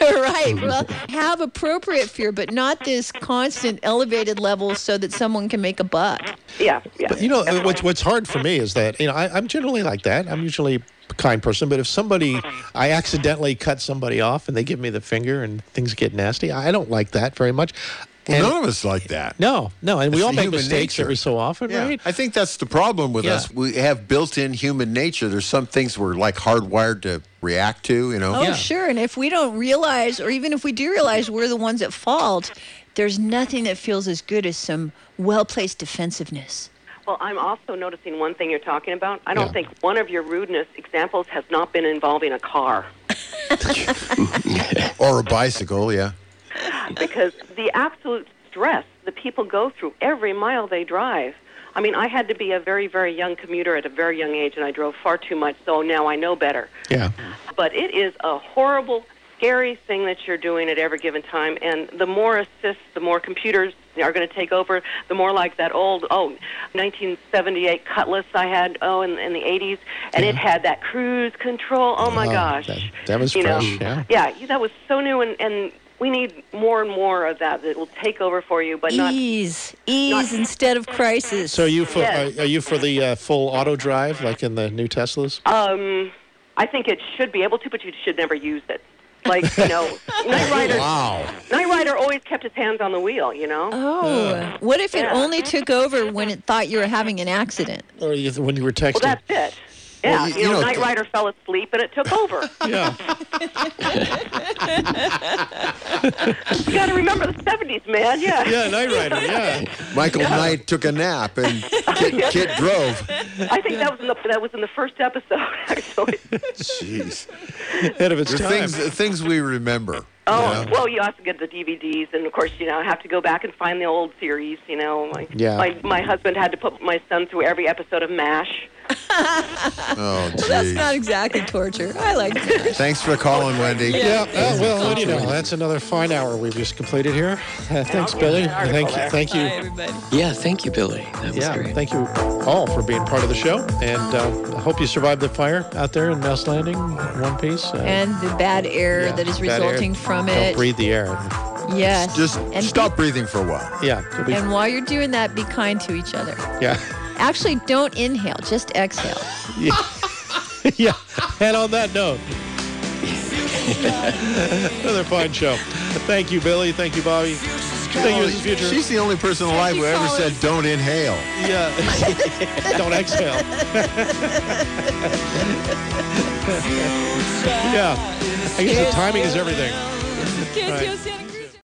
right. Well, have appropriate fear, but not this constant elevated level so that someone can make a buck.
Yeah.
But you know uh, what's what's hard for me is that you know I, I'm generally like that. I'm usually a kind person, but if somebody I accidentally cut somebody off and they give me the finger and things get nasty, I don't like that very much.
Well,
And-
none of us like that.
No, no, and we
It's
all
the
make
human
mistakes
nature.
every so often,
Yeah.
right?
I think that's the problem with
Yeah.
us. We have built-in human nature. There's some things we're like hardwired to react to. You know.
Oh, sure. And if we don't realize, or even if we do realize we're the ones at fault, there's nothing that feels as good as some well placed defensiveness.
Well, I'm also noticing one thing you're talking about. I don't think one of your rudeness examples has not been involving a car.
Or a bicycle.
[laughs]
Yeah.
because the absolute stress that people go through every mile they drive. I mean, I had to be a very, very young commuter at a very young age, and I drove far too much, so now I know better.
Yeah.
But it is a horrible, scary thing that you're doing at every given time, and the more assists, the more computers are going to take over, the more like that old, oh, 1978 Cutlass I had, oh, in, in the 80s, and it had that cruise control. Oh, my
Oh,
gosh.
that, that was
you know.
fresh. Yeah.
Yeah, you- that was so new, and, and we need more and more of that that will take over for you, but not.
ease, ease instead of crisis.
So you for
Yes.
are, are you for the uh, full auto drive like in the new Teslas?
Um, I think it should be able to, but you should never use it. Like you know, Knight Rider.
Wow.
Knight Rider always kept his hands on the wheel. You know.
Oh, what if it only took over when it thought you were having an accident?
Or you, when you were texting?
Well, that's it. Yeah,
Well, you-
you,
you
know,
know,
Knight
the-
Rider fell asleep and it took over.
yeah.
you got to remember the '70s, man. Yeah.
Yeah, Knight
[laughs]
Rider. Yeah.
[laughs] Michael Knight took a nap and
[laughs]
Kit, Kit drove.
I think that was in the that was in the first episode. Actually.
Jeez.
Ahead of its
There are
time.
Things, things we remember.
Oh
you know?
well, you also get the DVDs, and of course, you know, I have to go back and find the old series. You know, like
Yeah.
my my husband had to put my son through every episode of Mash.
Oh,
Well, that's
geez.
not exactly torture. I like that.
Thanks for calling, Wendy.
Yeah, uh, well, what do you know, that's another fine hour we've just completed here. [laughs] Uh, thanks, Billy. Thank you. Thank you.
Yeah, thank you, Billy. That was
yeah,
great.
thank you all for being part of the show. And uh, I hope you survived the fire out there in Mouse Landing in one piece. Uh,
And the bad air that is
bad air.
resulting from it.
Don't breathe the air.
Yes.
Just
and
stop breathing for a while.
Yeah. it'll be-
And while you're doing that, be kind to each other.
yeah. [laughs]
Actually, don't inhale, just exhale.
yeah. [laughs] yeah. And on that note, [laughs] another fine show. Thank you, Billy. Thank you, Bobby. Thank you, Mrs. Future.
She's the only person alive who ever said, don't inhale. [laughs]
Yeah. [laughs] Don't exhale. yeah. I guess the timing is everything. All right.
Santa Cruz.